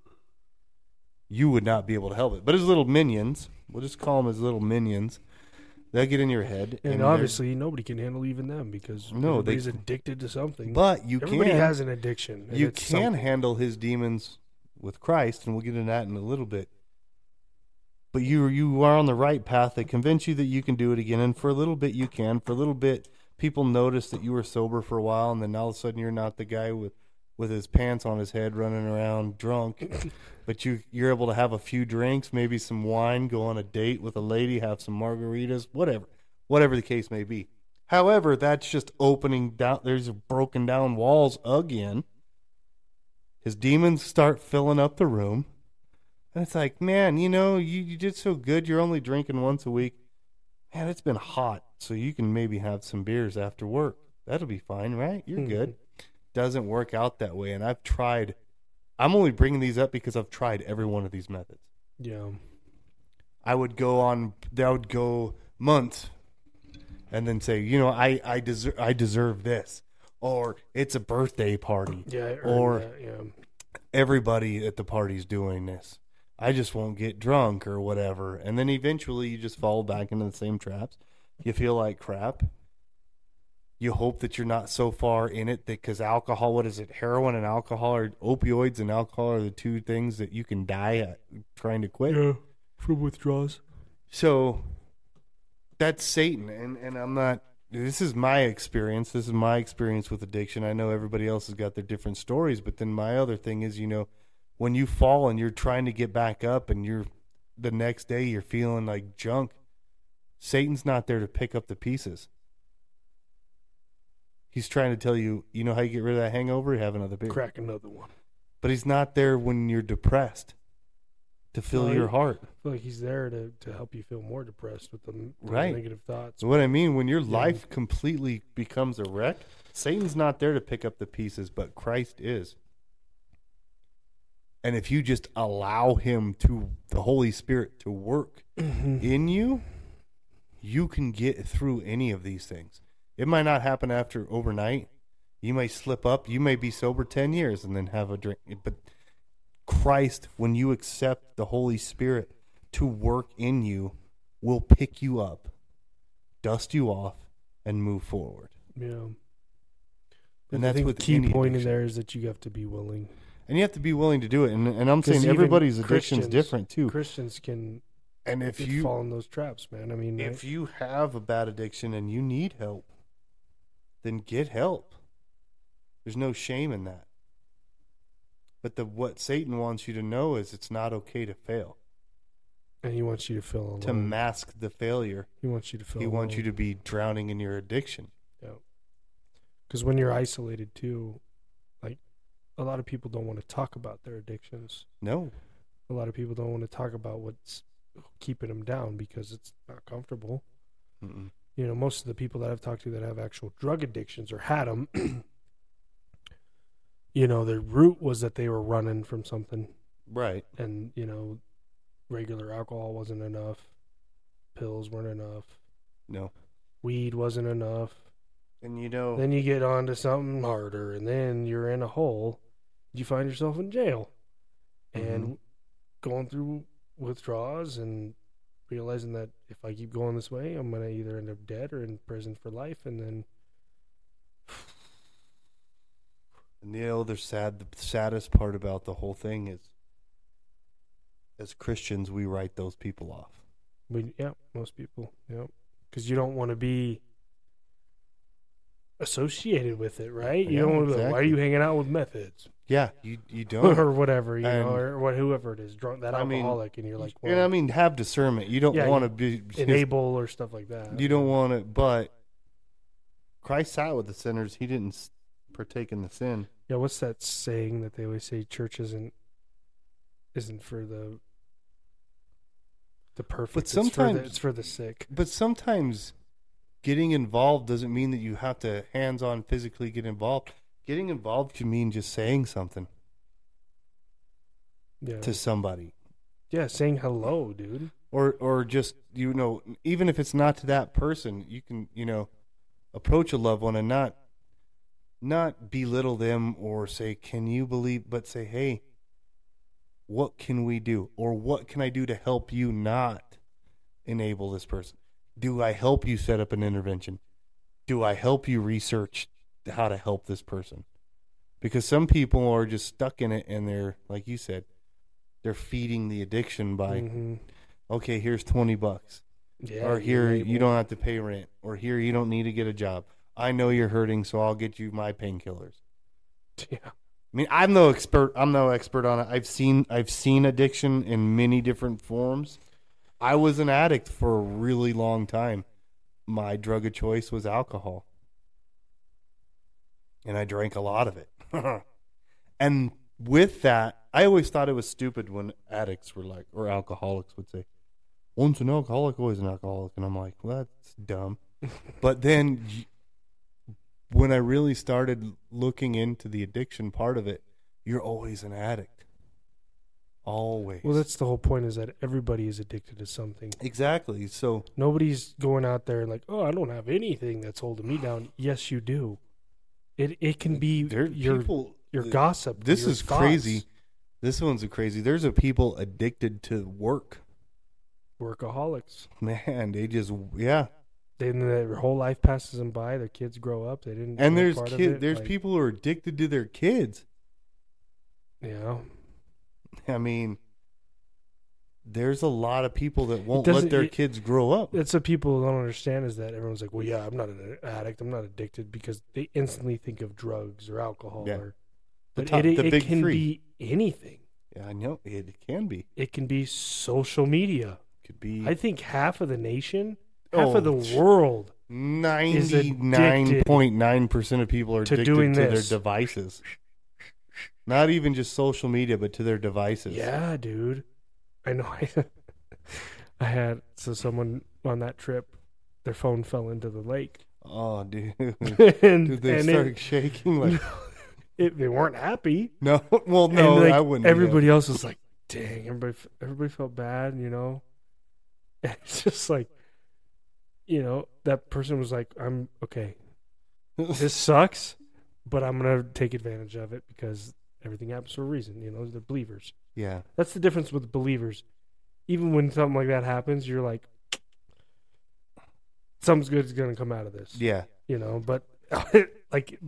A: You would not be able to help it. But his little minions, we'll just call them his little minions, they'll get in your head.
B: And,
A: they're-
B: obviously, nobody can handle even them because
A: No, they-
B: everybody's addicted to something.
A: But you
B: Everybody
A: can.
B: has an addiction. and
A: you
B: it's
A: can
B: something.
A: handle his demons with Christ, and we'll get into that in a little bit. But you you are on the right path. They convince you that you can do it again, and for a little bit you can. For a little bit, people notice that you were sober for a while, and then all of a sudden you're not the guy with with his pants on his head running around
B: (laughs)
A: drunk. but you you're able to have a few drinks, maybe some wine, go on a date with a lady, have some margaritas, whatever, whatever the case may be. However, that's just opening down. There's broken down walls again his demons start filling up the room. And it's like, man, you know, you, you did so good. You're only drinking once a week. Man, it's been hot. So you can maybe have some beers after work. That'll be fine, right? You're
B: Mhm.
A: good. Doesn't work out that way. And I've tried, I'm only bringing these up because I've tried every one of these methods.
B: Yeah.
A: I would go on. I would go months, and then say, you know, I I deserve I deserve this, or it's a birthday party,
B: Yeah. I earned
A: Or-
B: that, yeah.
A: everybody at the party's doing this. I just won't get drunk or whatever. And then eventually you just fall back into the same traps. You feel like crap. You hope that you're not so far in it that because alcohol, what is it? Heroin and alcohol, or opioids and alcohol are the two things that you can die at trying to quit.
B: yeah. From withdrawals.
A: So that's Satan, and and I'm not. This is my experience. This is my experience with addiction. I know everybody else has got their different stories, but then my other thing is, you know, when you fall and you're trying to get back up, and you're the next day you're feeling like junk. Satan's not there to pick up the pieces. He's trying to tell you, you know how you get rid of that hangover? You have another beer.
B: Crack another one.
A: But he's not there when you're depressed to fill
B: Well,
A: your
B: he-
A: heart.
B: I feel like he's there to, to help you feel more depressed with the, the
A: Right.
B: negative thoughts.
A: So what I mean when your
B: Yeah.
A: life completely becomes a wreck, Satan's not there to pick up the pieces, but Christ is. And if you just allow him to the Holy Spirit to work
B: Mm-hmm.
A: in you, you can get through any of these things. It might not happen after overnight. You may slip up, you may be sober 10 years and then have a drink, but Christ, when you accept the Holy Spirit to work in you, will pick you up, dust you off, and move forward.
B: Yeah.
A: And
B: I
A: that's
B: think
A: with
B: the key
A: any
B: point in
A: addiction.
B: there is that you have to be willing.
A: And you have to be willing to do it. And, and I'm
B: 'Cause
A: saying
B: even
A: everybody's addiction's
B: Christians-
A: different too.
B: Christians can
A: And if
B: can
A: you
B: fall in those traps, man. I mean,
A: If you have a bad addiction and you need help, then get help. There's no shame in that. But the what Satan wants you to know is it's not okay to fail.
B: and he wants you to feel alone.
A: To mask the failure,
B: he wants you to feel.
A: he wants you to be drowning in your addiction.
B: because when you're isolated too, like a lot of people don't want to talk about their addictions.
A: No.
B: A lot of people don't want to talk about what's keeping them down because it's not comfortable.
A: Mm-mm.
B: you know, most of the people that I've talked to that have actual drug addictions or had them, (clears throat) you know, their root was that they were running from something
A: Right.
B: and, you know, regular alcohol wasn't enough, pills weren't enough,
A: No.
B: weed wasn't enough.
A: And you know,
B: Then you get onto something harder and then you're in a hole. You find yourself in jail
A: Mm-hmm.
B: and going through withdrawals and realizing that if I keep going this way, I'm going to either end up dead or in prison for life. And then
A: And the other sad, the saddest part about the whole thing is, as Christians, we write those people off.
B: We yeah, most people yeah, because you don't want to be associated with it, right? You
A: Yeah,
B: don't want to. Be like, Why are
A: exactly.
B: you hanging out with methods
A: Yeah, you you (laughs) don't.
B: (laughs) or whatever, you
A: And-
B: know, or what whoever it is, drunk that
A: I mean,
B: alcoholic, and you're like, well,
A: and I mean, have discernment. You don't
B: Yeah,
A: want
B: you-
A: to be
B: enable or stuff like that.
A: You don't want it, but Christ sat with the sinners. He didn't s- partake in the sin.
B: Yeah, what's that saying that they always say? Church isn't isn't for the the perfect.
A: But
B: it's for the,
A: sometimes-
B: it's for the sick.
A: But sometimes getting involved doesn't mean that you have to hands on physically get involved. Getting involved can mean just saying something
B: Yeah,
A: to somebody.
B: yeah, saying hello, dude.
A: Or or just you know, even if it's not to that person, you can, you know, approach a loved one and not not belittle them or say, Can you believe but say, Hey, what can we do? Or what can I do to help you not enable this person? Do I help you set up an intervention? Do I help you research how to help this person? Because some people are just stuck in it and they're, like you said, they're feeding the addiction by,
B: Mhm.
A: okay, here's 20 bucks.
B: Yeah,
A: or
B: you're
A: here, you
B: able-
A: don't have to pay rent. Or here, you don't need to get a job. I know you're hurting, so I'll get you my painkillers.
B: (laughs) Yeah,
A: I mean, I'm no expert. I'm no expert on it. I've seen I've seen addiction in many different forms. I was an addict for a really long time. My drug of choice was alcohol, and I drank a lot of it. (laughs) and with that, I always thought it was stupid when addicts were like, or alcoholics would say, "Once an alcoholic, always an alcoholic," and I'm like, well, "That's
B: (laughs)
A: dumb." but then y- when I really started looking into the addiction part of it, you're always an addict. Always.
B: well, that's the whole point is that everybody is addicted to something.
A: exactly. So
B: Nobody's going out there and like, oh, I don't have anything that's holding me down. Yes, you do. It it can be
A: there
B: your
A: people
B: your
A: th-
B: gossip.
A: This
B: your
A: is
B: thoughts.
A: crazy. This one's a crazy. There's a people addicted to work. (laughs)
B: Workaholics.
A: Man, they just yeah.
B: Then their whole life passes them by. Their kids grow up. They didn't.
A: And
B: they
A: there's
B: part of
A: kid
B: it,
A: there's
B: like,
A: people who are addicted to their kids.
B: Yeah,
A: I mean, there's a lot of people that won't
B: doesn't-
A: let their
B: it-
A: kids grow up.
B: that's what people don't understand is that everyone's like, well, yeah, I'm not an addict. I'm not addicted because they instantly think of drugs or alcohol
A: Yeah.
B: or.
A: The
B: But
A: top-
B: it,
A: the
B: it
A: big
B: can
A: three.
B: be anything.
A: Yeah, I know it can be.
B: It can be social media.
A: Could be
B: I think half of the nation, half
A: Oh,
B: of the
A: sh-
B: world is
A: Ninety-nine point nine percent of people are
B: to
A: addicted
B: doing
A: to
B: this.
A: their devices. Not even just social media, but to their devices.
B: Yeah, dude. I know. (laughs) I, I had so someone on that trip, their phone fell into the lake, (laughs)
A: Oh, dude. (laughs) Dude,
B: and,
A: they
B: and
A: start
B: it,
A: shaking
B: (laughs)
A: like
B: it- they weren't happy.
A: no. Well, no,
B: and like,
A: I wouldn't. be
B: Everybody else was like, "Dang!" Everybody, f- everybody felt bad, you know. (laughs) And it's just like, you know, that person was like, "I'm
A: (laughs)
B: okay.
A: able-
B: This sucks, but I'm gonna take advantage of it because everything happens for a reason." You know, they're believers.
A: yeah,
B: That's the difference with believers. Even when something like that happens, you're like, something's good is going to come out of this,
A: yeah.
B: you know. But (laughs) like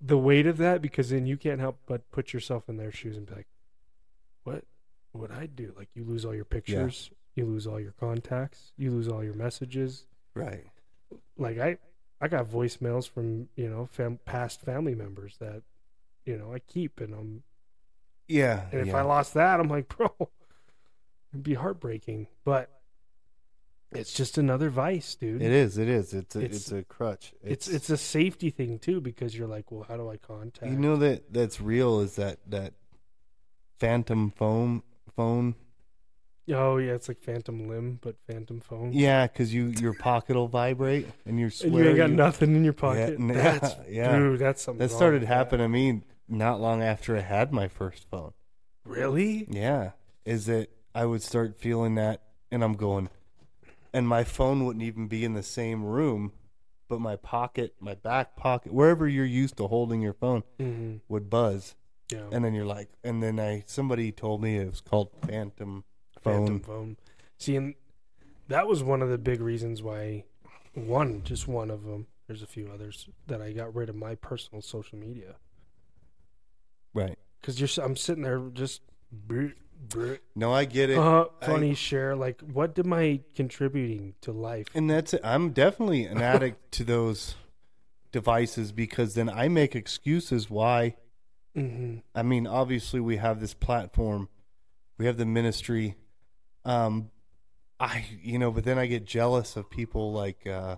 B: the weight of that, because then you can't help but put yourself in their shoes and be like, what would I do? Like you lose all your pictures, you lose all your contacts, you lose all your messages.
A: Right.
B: Like I, I got voicemails from you know fam- past family members that you know I keep and I'm
A: Yeah.
B: and if
A: yeah.
B: I lost that, I'm like, (laughs) bro, it'd be heartbreaking. But it's just another vice, dude.
A: it is. It is. It's a, it's,
B: It's-
A: a crutch.
B: It's it's a safety thing too because you're like, well, how do I contact?
A: you know that that's real. Is that that phantom phone phone?
B: oh yeah, it's like phantom limb, but phantom phone.
A: Yeah, because you your pocket will vibrate and you swear
B: and you ain't got
A: you-
B: nothing in your pocket.
A: yeah,
B: that's,
A: (laughs) yeah.
B: dude, that's something
A: That
B: wrong
A: started
B: with
A: happening to me not long after I had my first phone.
B: Really?
A: Yeah. Is that I would start feeling that and I'm going, and my phone wouldn't even be in the same room, but my pocket, my back pocket, wherever you're used to holding your phone
B: hmm
A: would buzz.
B: Yeah.
A: Mm-hmm. And then you're like, and then I, somebody told me it was called phantom phone.
B: Phantom phone. See, and that was one of the big reasons why one, just one of them. There's a few others that I got rid of my personal social media.
A: Right.
B: because you're. s- I'm sitting there just. brr, brr,
A: No, I get it.
B: uh,
A: I-
B: funny share. Like, what am I contributing to life?
A: And that's it. I'm definitely an addict to those devices because then I make excuses why
B: hmm
A: I mean, obviously we have this platform, we have the ministry. Um, I you know, but then I get jealous of people like uh,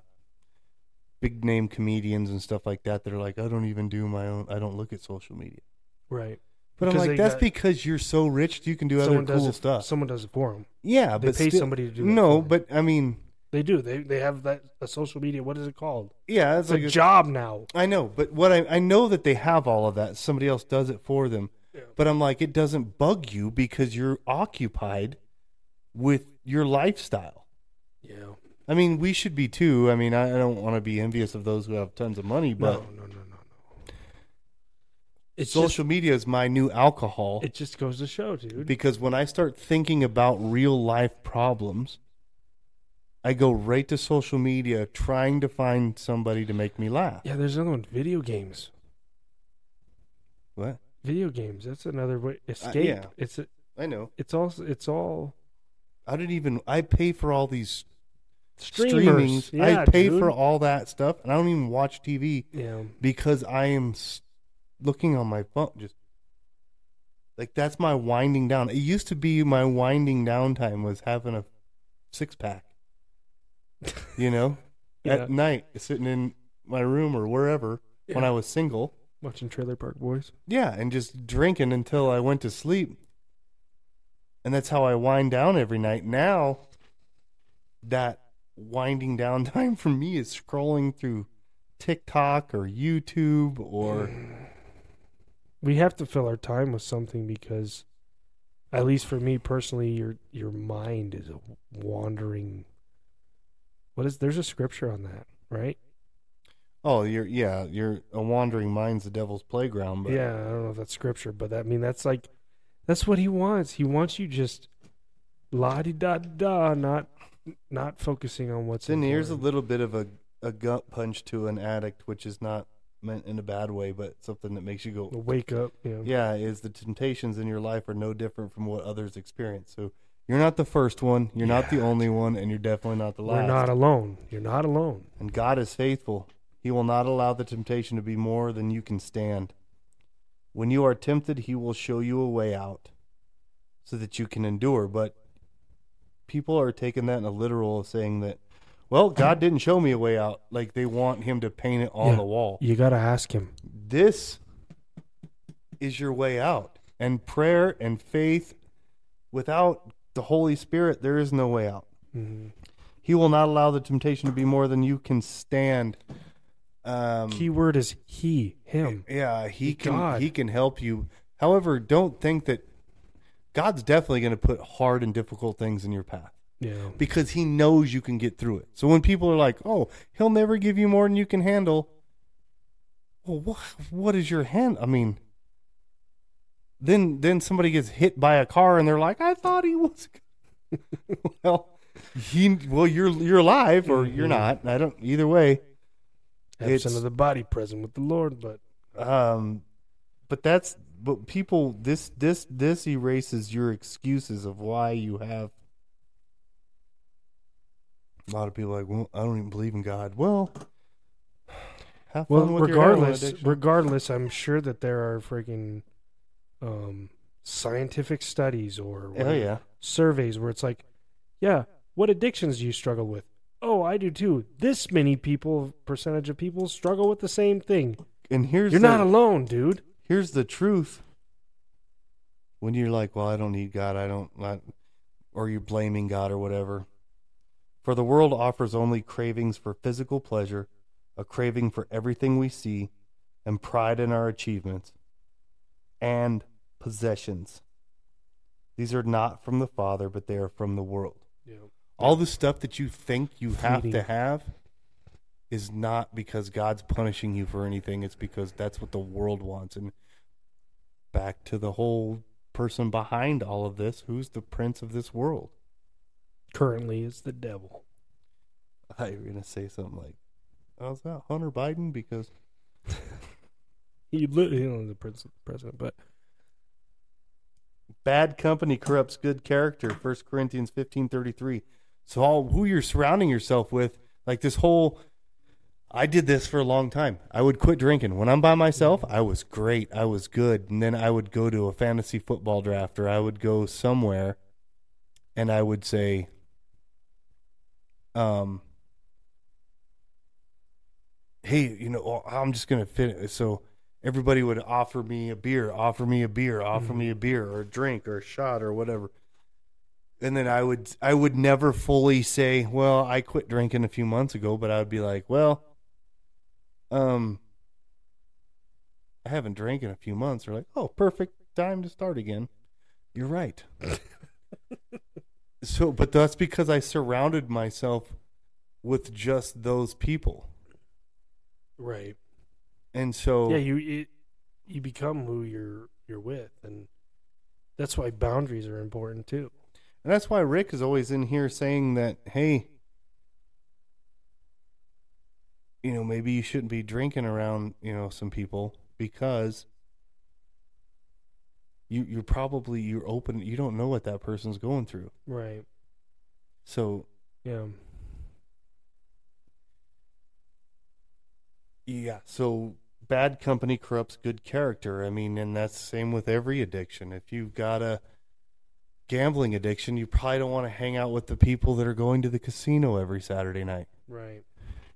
A: big name comedians and stuff like that. They're like, I don't even do my own. I don't look at social media.
B: Right.
A: But I'm
B: Because
A: like,
B: they
A: that's
B: got-
A: because you're so rich, you can do other
B: someone does
A: cool
B: it,
A: stuff.
B: Someone does it for them.
A: yeah,
B: They
A: but
B: pay
A: still-
B: somebody to do that
A: No,
B: for 'em.
A: but I mean,
B: They do. They they have that a social media. What is it called?
A: yeah,
B: It's
A: that's like
B: a
A: a-
B: job now.
A: I know, but what I I know that they have all of that. Somebody else does it for them.
B: Yeah.
A: But I'm like, it doesn't bug you because you're occupied with your lifestyle.
B: Yeah.
A: I mean, we should be too. I mean, I, I don't want to be envious of those who have tons of money, but
B: no, no, no, no, no. It's
A: social media is my new alcohol
B: Just, it just goes to show, dude.
A: because when I start thinking about real life problems, I go right to social media trying to find somebody to make me laugh.
B: yeah, there's another one. Video games.
A: What?
B: Video games. That's another way. Escape.
A: Uh, yeah.
B: It's a,
A: I know.
B: it's all it's all
A: I didn't even I pay for all these
B: streamers.
A: streamings.
B: Yeah,
A: I pay
B: dude.
A: for all that stuff, and I don't even watch TV
B: Yeah.
A: because I am s- looking on my phone. Just like that's my winding down. It used to be my winding down time was having a six pack, you know,
B: (laughs) Yeah.
A: at night sitting in my room or wherever when
B: Yeah.
A: I was single.
B: Watching Trailer Park Boys.
A: Yeah, and just drinking until I went to sleep. And that's how I wind down every night. Now, that winding down (laughs) time for me is scrolling through TikTok or YouTube or
B: we have to fill our time with something because at least for me personally your your mind is a wandering what is there's a scripture on that right
A: oh, you're yeah, you're a wandering mind's the devil's playground. But
B: yeah i don't know if that's scripture but that, i mean that's like that's what he wants he wants you just la di da da not not focusing on what's
A: then
B: in
A: here's a little bit of a a gut punch to an addict, which is not meant in a bad way, but something that makes you go,
B: wake up you know.
A: yeah, is the temptations in your life are no different from what others experience. So you're not the first one, you're not the
B: Yeah.
A: only one, and you're definitely not the
B: we're
A: last.
B: not alone you're not alone
A: and God is faithful. He will not allow the temptation to be more than you can stand. When you are tempted, he will show you a way out so that you can endure. But people are taking that in a literal saying that, well, God didn't show me a way out. Like they want him to paint it on
B: Yeah.
A: the wall
B: you got to ask him
A: this is your way out. And prayer and faith, without the Holy Spirit, there is no way out.
B: Mhm.
A: He will not allow the temptation to be more than you can stand. Um,
B: key word is he him
A: yeah, he can
B: God.
A: he can help you. However, don't think that God's definitely going to put hard and difficult things in your path
B: yeah
A: because he knows you can get through it. So when people are like, "Oh, he'll never give you more than you can handle," well, what what is your hand? I mean, then then somebody gets hit by a car and they're like, "I thought he was." (laughs) well, he well you're you're alive or you're
B: Mhm.
A: not. I don't either way.
B: absent
A: It's-
B: of the body present with the lord but
A: Um, but that's but people this this this erases your excuses of why you have. A lot of people are like, well, I don't even believe in God. Well, have
B: Well,
A: fun with your heroin
B: regardless,
A: addiction.
B: regardless, I'm sure that there are freaking um, scientific studies or
A: oh yeah,
B: surveys where it's like, yeah, what addictions do you struggle with? Oh, I do too. This many people, percentage of people, struggle with the same thing.
A: and here's
B: You're
A: the,
B: not alone, dude.
A: here's the truth. When you're like, well, I don't need God, I don't, I, or you're blaming God or whatever. For the world offers only cravings for physical pleasure, a craving for everything we see, and pride in our achievements and possessions. These are not from the Father, but they are from the world. All the stuff that you think you have to
B: Fleeting.
A: have is not because God's punishing you for anything. It's because that's what the world wants. And back to the whole person behind all of this who's the prince of this world?
B: Currently, it's the devil.
A: I thought you were going to say something like, oh, is that Hunter Biden? Because,
B: He literally is the prince- president, but
A: bad company corrupts good character 1 corinthians 15 33 so all who you're surrounding yourself with like this whole i did this for a long time i would quit drinking when i'm by myself i was great i was good and then i would go to a fantasy football draft or i would go somewhere and i would say um hey you know i'm just gonna fit so everybody would offer me a beer, offer me a beer, offer
B: Mm-hmm.
A: me a beer or a drink or a shot or whatever. And then I would I would never fully say, well, I quit drinking a few months ago, but I would be like, well, um I haven't drank in a few months. Or like, oh, perfect time to start again. You're
B: (laughs)
A: right. so, but that's because I surrounded myself with just those people.
B: Right.
A: And so
B: Yeah, you it, you become who you're you're with and that's why boundaries are important too.
A: And that's why Rick is always in here saying that, hey, you know, maybe you shouldn't be drinking around, you know, some people because you you're probably you're open you don't know what that person's going through.
B: Right.
A: So
B: Yeah.
A: yeah, so bad company corrupts good character. I mean, and that's the same with every addiction. If you've got a gambling addiction, you probably don't want to hang out with the people that are going to the casino every Saturday night.
B: Right.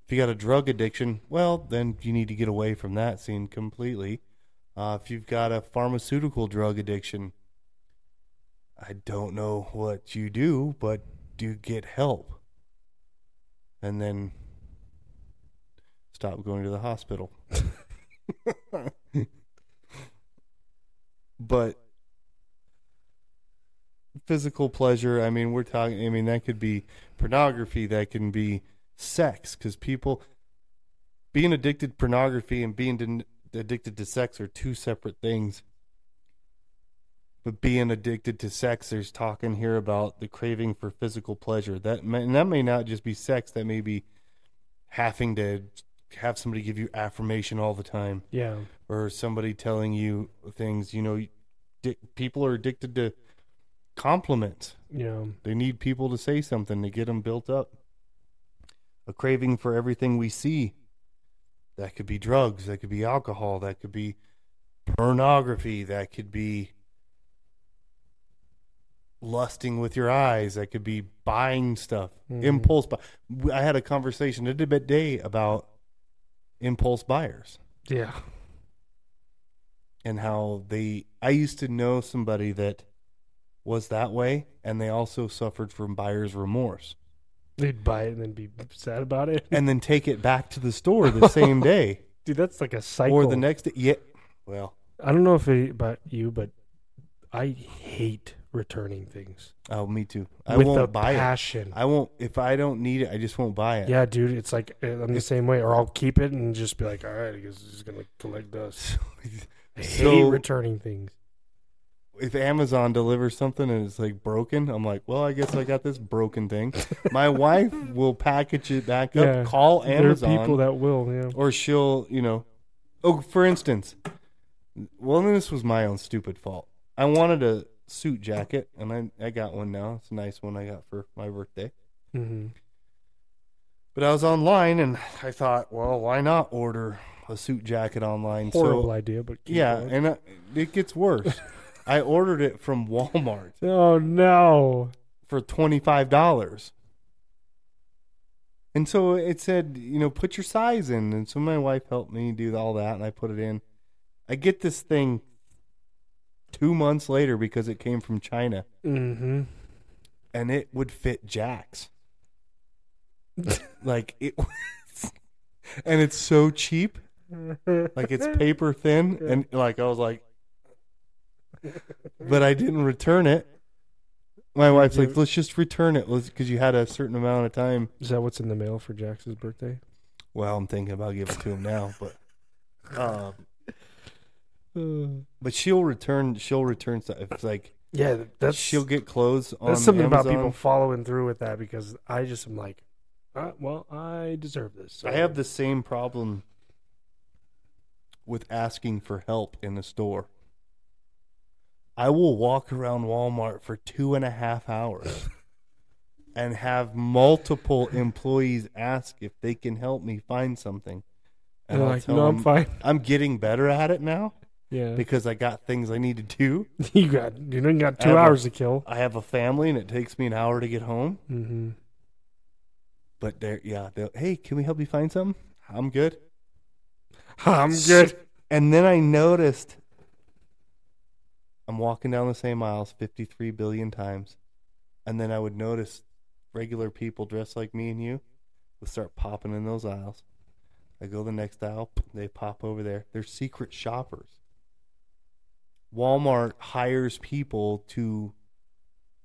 A: If you got a drug addiction, well, then you need to get away from that scene completely. Uh, if you've got a pharmaceutical drug addiction, I don't know what you do, but do get help. And then stop going to the hospital. (laughs) but physical pleasure, I mean, we're talking, I mean, that could be pornography, that can be sex because people being addicted to pornography and being den- addicted to sex are two separate things but being addicted to sex there's talking here about the craving for physical pleasure that may, and that may not just be sex that may be having to have somebody give you affirmation all the time
B: Yeah.
A: or somebody telling you things you know di- people are addicted to compliments
B: Yeah.
A: they need people to say something to get them built up. A craving for everything we see. That could be drugs. That could be alcohol. That could be pornography. That could be lusting with your eyes. That could be buying stuff.
B: Mhm.
A: Impulse buy. I had a conversation the other day about impulse buyers
B: Yeah.
A: and how they I used to know somebody that was that way and they also suffered from buyer's remorse
B: They'd buy it and then be sad about it.
A: and then take it back to the store the same day
B: Dude, that's like a (laughs) cycle.
A: or the next day. Yeah. Well,
B: I don't know if it about you, but I hate returning things.
A: oh me too. I
B: with a
A: won't buy
B: passion.
A: it. I won't if I don't need it, I just won't buy (laughs) it.
B: Yeah, dude, it's like uh, I'm the same way. Or I'll keep it and just be like, all right, I guess it's gonna collect dust. I hate
A: So-
B: returning things.
A: if Amazon delivers something and it's like broken, I'm like, well, I guess I got this broken
B: (laughs)
A: thing. My wife will package it back up,
B: Yeah.
A: call Amazon.
B: There are people that will. Yeah.
A: or she'll, you know, oh, for instance, well, then this was my own stupid fault. I wanted a suit jacket, and I I got one now. It's a nice one I got for my birthday.
B: Mm-hmm.
A: But I was online, and I thought, well, why not order a suit jacket online?
B: Horrible
A: so
B: idea, but keep
A: yeah,
B: going.
A: and I, it gets
B: (laughs)
A: worse. I ordered it from Walmart
B: Oh no.
A: for twenty five dollars. And so it said, you know, put your size in. And so my wife helped me do all that, and I put it in. I get this thing two months later because it came from China,
B: Mm-hmm. (laughs)
A: and it would fit Jack's. like it was, and it's so cheap. Like it's paper thin, and like I was like, but I didn't return it. My wife's like, let's just return it, because you had a certain amount of time.
B: Is that what's in the mail for Jax's birthday?
A: Well, I'm thinking about giving it to him now,
B: (laughs)
A: but um, but she'll return. She'll return stuff. It's like
B: yeah, that's
A: she'll get clothes on.
B: that's something about
A: Amazon.
B: people following through with that because I just am like, uh, well, I deserve this.
A: I have the same problem with asking for help in the store. I will walk around Walmart for two and a half
B: (laughs)
A: hours and have multiple employees ask if they can help me find something.
B: And
A: I'll
B: like,
A: tell
B: no, I'm
A: them,
B: fine. (laughs)
A: I'm getting better at it now
B: Yeah,
A: because I got things I need to do.
B: (laughs) you got you done got
A: I have
B: two
A: a-
B: hours to kill.
A: I have a family and it takes me an hour to get home.
B: Mm-hmm. (laughs)
A: But they're, yeah, they'll, hey, can we help you find something? I'm good. (laughs)
B: I'm good.
A: And then I noticed I'm walking down the same aisles 53 billion times. And then I would notice regular people dressed like me and you would start popping in those aisles. I go the next aisle, they pop over there. They're secret shoppers. Walmart hires people to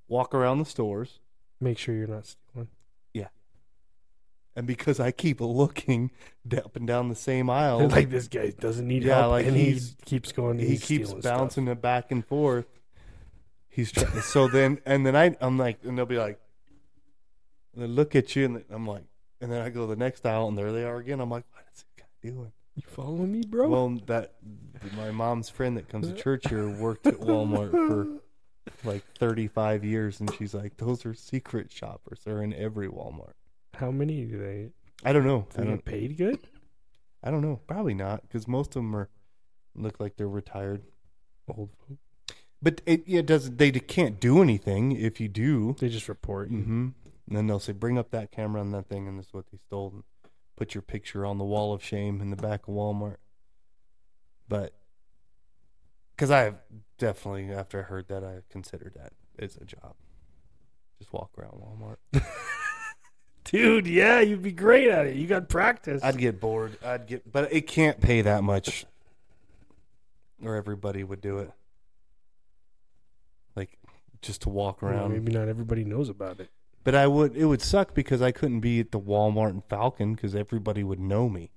A: walk around the stores
B: Make sure you're not stealing.
A: And because I keep looking d- up and down the same aisle,
B: They're (laughs) like this guy doesn't need
A: Yeah,
B: help,
A: like,
B: and he
A: he's-
B: keeps going.
A: he
B: he's
A: keeps
B: stealing
A: bouncing it back and forth. He's trying. so then, and then I, I'm like, and they'll be like, they look at you, and I'm like, and then I go to the next aisle, and there they are again. I'm like, what is this guy doing?
B: Stuff. You following me, bro? (laughs)
A: Well, that my mom's friend that comes to church here worked at Walmart for like 35 years, and she's like, those are secret shoppers. They're in every Walmart.
B: How many do they?
A: I don't know. I
B: Do they
A: don't.
B: get paid good?
A: I don't know. Probably not, because most of them are look like they're retired.
B: Old folk.
A: But it, it doesn't. They d- can't do anything if you do.
B: They just report. you.
A: Mm-hmm. And then they'll say, "Bring up that camera and that thing, and this is what they stole." And put your picture on the wall of shame in the back of Walmart. But because I definitely, after I heard that, I considered that as a job. Just walk around Walmart.
B: Dude, yeah, you'd be great at it. You got practice.
A: I'd get bored. I'd get, but it can't pay that much, or everybody would do it. Like just to walk
B: You know,
A: around.
B: maybe not everybody knows about it.
A: But I would. It would suck because I couldn't be at the Walmart and Falcon because everybody would know me.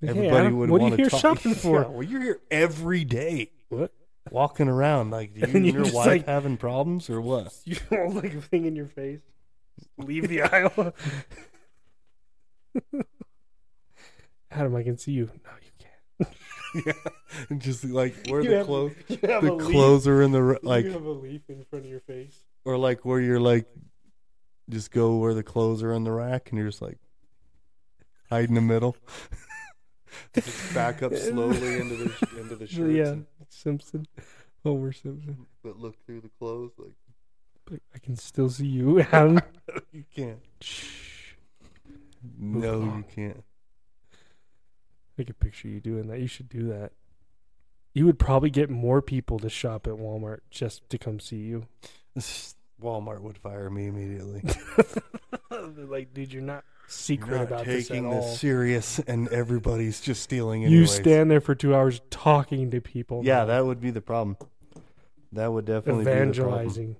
B: Like, hey,
A: everybody
B: Adam,
A: would.
B: What are
A: want
B: you
A: to
B: here
A: talk.
B: (laughs) shopping
A: (laughs)
B: for?
A: Yeah, well, you're here every day,
B: What? (laughs)
A: walking around like you
B: And
A: and,
B: you're
A: your
B: just
A: wife
B: like-
A: having problems or what?
B: (laughs)
A: (laughs)
B: You hold like a thing in your face. Leave the (laughs) aisle. Adam, I can see you. No, you can't.
A: yeah, and just like where
B: You
A: the
B: have-
A: clothes,
B: (laughs) You have
A: the clothes are in the r- like,
B: you have a leaf in front of your face.
A: or like where you're like, just go where the clothes are in the rack, and you're just like, hide in the middle. (laughs) just back up slowly into the into the shirts,
B: (laughs) yeah,
A: and-
B: Simpson, Homer Simpson.
A: but look through the clothes like. (laughs)
B: But I can still see you, (laughs) Adam.
A: You can't.
B: Shh.
A: No, you
B: along.
A: can't.
B: I can picture you doing that. You should do that. You would probably get more people to shop at Walmart just to come see you.
A: Walmart would fire me immediately.
B: They're (laughs) like, dude, you're not secret
A: Not
B: about this at
A: taking
B: all.
A: serious, and everybody's just stealing.
B: you
A: Anyways.
B: stand there for two hours talking to people.
A: Yeah, that would be the problem. That would definitely Be the problem.
B: evangelizing.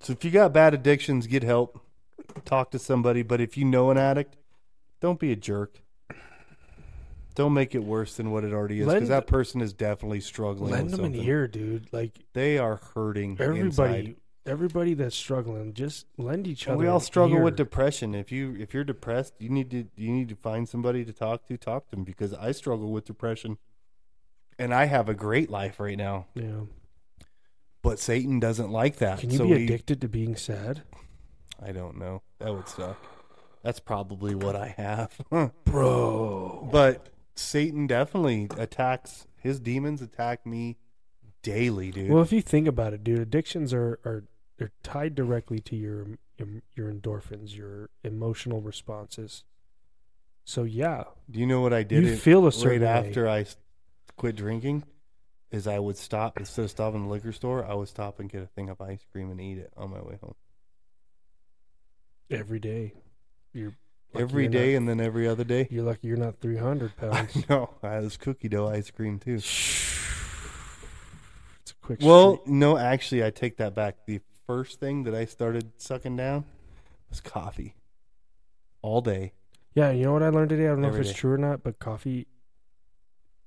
A: So if you got bad addictions, get help. Talk to somebody. But if you know an addict, don't be a jerk. Don't make it worse than what it already is, because
B: Lend-
A: that person is definitely struggling.
B: Lend
A: with
B: them an
A: something.
B: ear, dude. Like
A: They are hurting.
B: everybody,
A: inside.
B: everybody that's struggling, just lend each
A: And
B: other.
A: we all
B: an
A: struggle with
B: ear.
A: depression. If you if you're depressed, you need to you need to find somebody to talk to. Talk to them because I struggle with depression, and I have a great life right now.
B: Yeah.
A: But Satan doesn't like that.
B: Can you
A: so
B: be
A: he-
B: addicted to being sad,
A: I don't know. That would suck. That's probably what I have. (laughs)
B: bro?
A: but Satan definitely attacks his demons. Attack me daily, dude.
B: Well, if you think about it, dude, addictions are are they're tied directly to your your endorphins, your emotional responses. So yeah,
A: Do you know what I did?
B: You
A: it-
B: feel a
A: right
B: certain way.
A: after I s- quit drinking. Is I would stop instead of stopping at the liquor store, I would stop and get a thing of ice cream and eat it on my way home
B: every day, you're lucky
A: every
B: you're
A: day,
B: not-
A: and then every other day.
B: you're lucky you're not three hundred
A: (laughs) I (laughs)
B: pounds.
A: know I was cookie dough ice cream too.
B: it's a quick.
A: Well,
B: streak.
A: no, actually, I take that back. The first thing that I started sucking down was coffee, all day.
B: yeah, you know what I learned today. I don't know if
A: Every
B: it's
A: day.
B: true or not, but coffee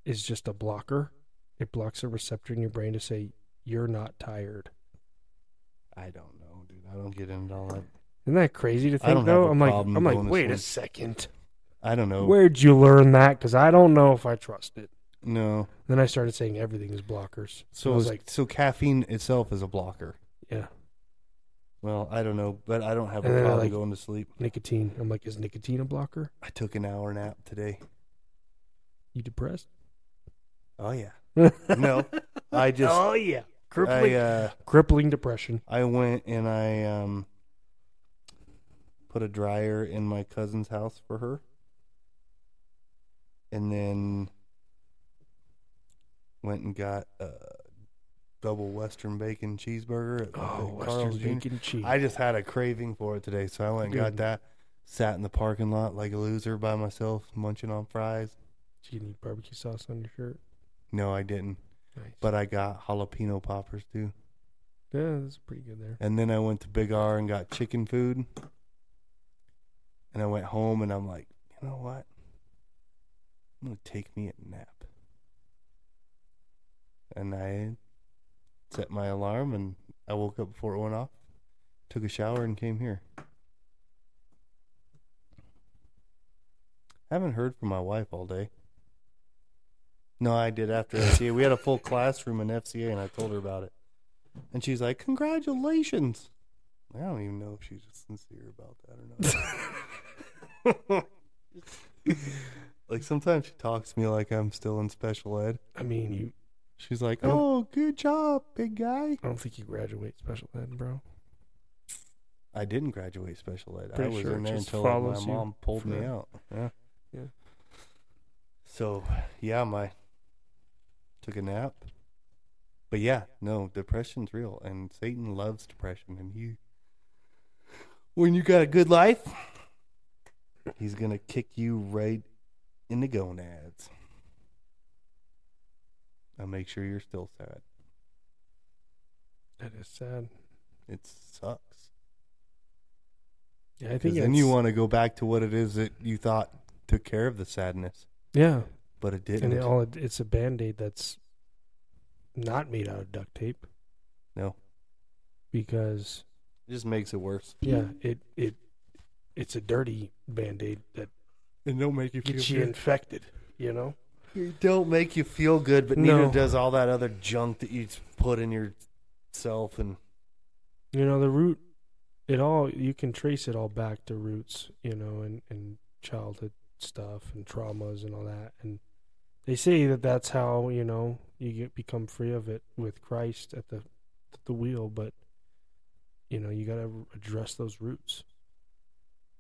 B: is just a blocker. It blocks a receptor in your brain to say you're not tired.
A: I don't know, dude. I don't get into all that.
B: Isn't that crazy to
A: I don't
B: think
A: have
B: though?
A: a
B: I'm like,
A: problem
B: I'm like,
A: doing this
B: wait
A: one.
B: a second.
A: I don't know.
B: Where'd you learn that? Because I don't know if I trust it.
A: No.
B: Then I started saying everything is blockers.
A: So
B: I was
A: is-
B: like-
A: so caffeine itself is a blocker.
B: Yeah,
A: Well, I don't know, but I don't have a
B: And then I
A: problem
B: like-
A: going to sleep.
B: nicotine. I'm like, is nicotine a blocker?
A: I took an hour nap today.
B: You depressed?
A: Oh yeah. No, (laughs)
B: (laughs)
A: I just
B: oh yeah,
A: I
B: crippling,
A: uh,
B: crippling depression.
A: I went and I um put a dryer in my cousin's house for her. And then Went and got a double Western bacon cheeseburger at
B: Oh,
A: at
B: Western
A: Carl's Jr.
B: bacon cheese.
A: I just had a craving for it today, so I went and got
B: Good.
A: that. Sat in the parking lot like a loser by myself, munching on fries.
B: Did you need barbecue sauce on your shirt?
A: No, I didn't,
B: Nice.
A: but I got jalapeno poppers too.
B: yeah, that's pretty good there.
A: And then I went to Big R and got chicken food. And I went home and I'm like, you know what? I'm going to take me a nap. And I set my alarm and I woke up before it went off, took a shower, and came here. I haven't heard from my wife all day. No, I did after FCA. We had a full classroom in FCA and I told her about it. And she's like, Congratulations. I don't even know if she's sincere about that or not. like sometimes she talks to me like I'm still in special ed.
B: I mean, you.
A: She's like,
B: Oh.
A: Oh, good job, big guy.
B: I don't think you graduate special ed, bro.
A: I didn't graduate special ed. I
B: Pretty
A: was
B: sure
A: in
B: it
A: there
B: just
A: until like, my
B: follows you
A: mom pulled me
B: for-
A: out. Yeah.
B: Yeah.
A: So yeah, my took a nap. But yeah, no, depression's real and Satan loves depression and he when you got a good life he's gonna kick you right in the gonads. And make sure you're still sad.
B: That is sad.
A: It sucks.
B: Yeah, I think.
A: Because then you
B: it's-
A: want to go back to what it is that you thought took care of the sadness,
B: Yeah,
A: but it didn't.
B: and it all it- it's a band aid that's not made out of duct tape.
A: No.
B: Because
A: It just makes it worse.
B: yeah, it it it's a dirty band aid that
A: And don't make you
B: gets you infected. You know.
A: It don't make you feel good, but
B: No.
A: neither does all that other junk that you put in yourself. And
B: you know the root it all you can trace it all back to roots you know and and childhood stuff and traumas and all that and they say that that's how you know you get become free of it with christ at the at the wheel but you know you got to address those roots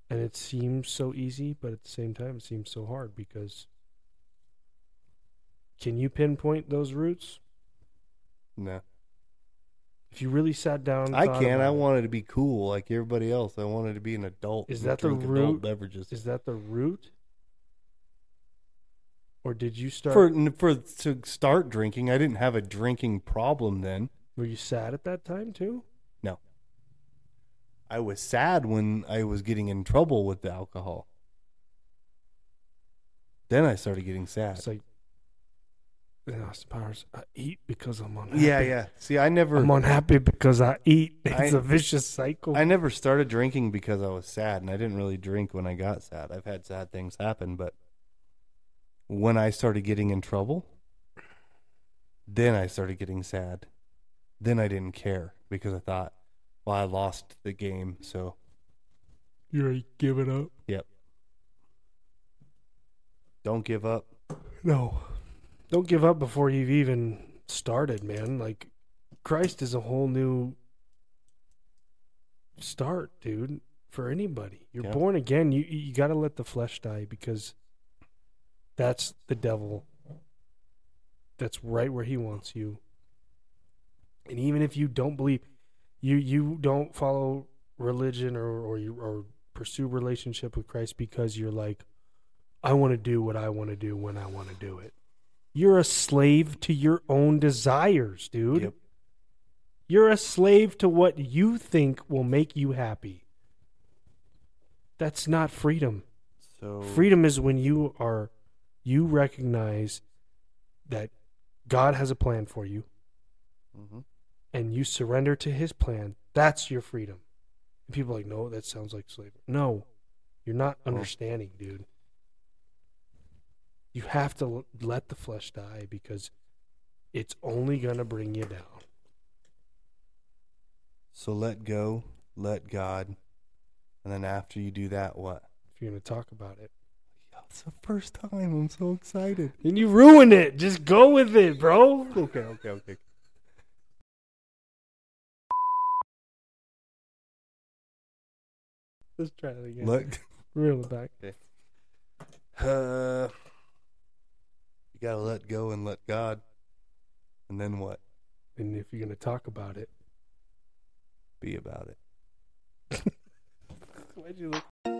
B: and it seems so easy but at the same time it seems so hard because can you pinpoint those roots
A: no,
B: if you really sat down and
A: I
B: thought
A: can't. I
B: about it,
A: wanted to be cool like everybody else. I wanted to be an adult.
B: Is
A: and
B: that the
A: drink
B: root-
A: Adult beverages
B: Is that the root? Or did you start?
A: for for to start drinking. I didn't have a drinking problem then.
B: were you sad at that time too?
A: I was sad when I was getting in trouble with the alcohol. Then I started getting sad.
B: It's like, in Austin Powers, I eat because I'm unhappy.
A: Yeah, yeah. See, I never,
B: I'm unhappy because I eat.
A: I-
B: It's a vicious cycle.
A: I never started drinking because I was sad, and I didn't really drink when I got sad. I've had sad things happen, but when I started getting in trouble, then I started getting sad. Then I didn't care because I thought, well, I lost the game, so
B: you already giving up?
A: don't give up.
B: No. Don't give up before you've even started, man. Like, Christ is a whole new start, dude, for anybody. You're
A: Yeah.
B: born again. You you got to let the flesh die because that's the devil. That's right where he wants you. And even if you don't believe, you you don't follow religion or or you, or pursue relationship with Christ because you're like, I want to do what I want to do when I want to do it. You're a slave to your own desires, dude.
A: Yep.
B: You're a slave to what you think will make you happy. That's not freedom.
A: So
B: Freedom is when you are you recognize that God has a plan for you
A: Mhm.
B: and you surrender to his plan. That's your freedom. And people are like, "No, that sounds like slavery." No. You're not
A: Well-
B: understanding, dude. You have to l- let the flesh die because it's only going to bring you down.
A: so let go, let God, and then after you do that, what?
B: If you're going to talk about it,
A: Yeah, It's the first time. I'm so excited.
B: then you ruin it. Just go with it, bro.
A: (laughs) Okay, okay, okay.
B: Let's try that again.
A: Let
B: Reel it back.
A: Uh, you gotta let go and let God. And then what?
B: And if you're going to talk about it,
A: Be about it.
B: why'd you look?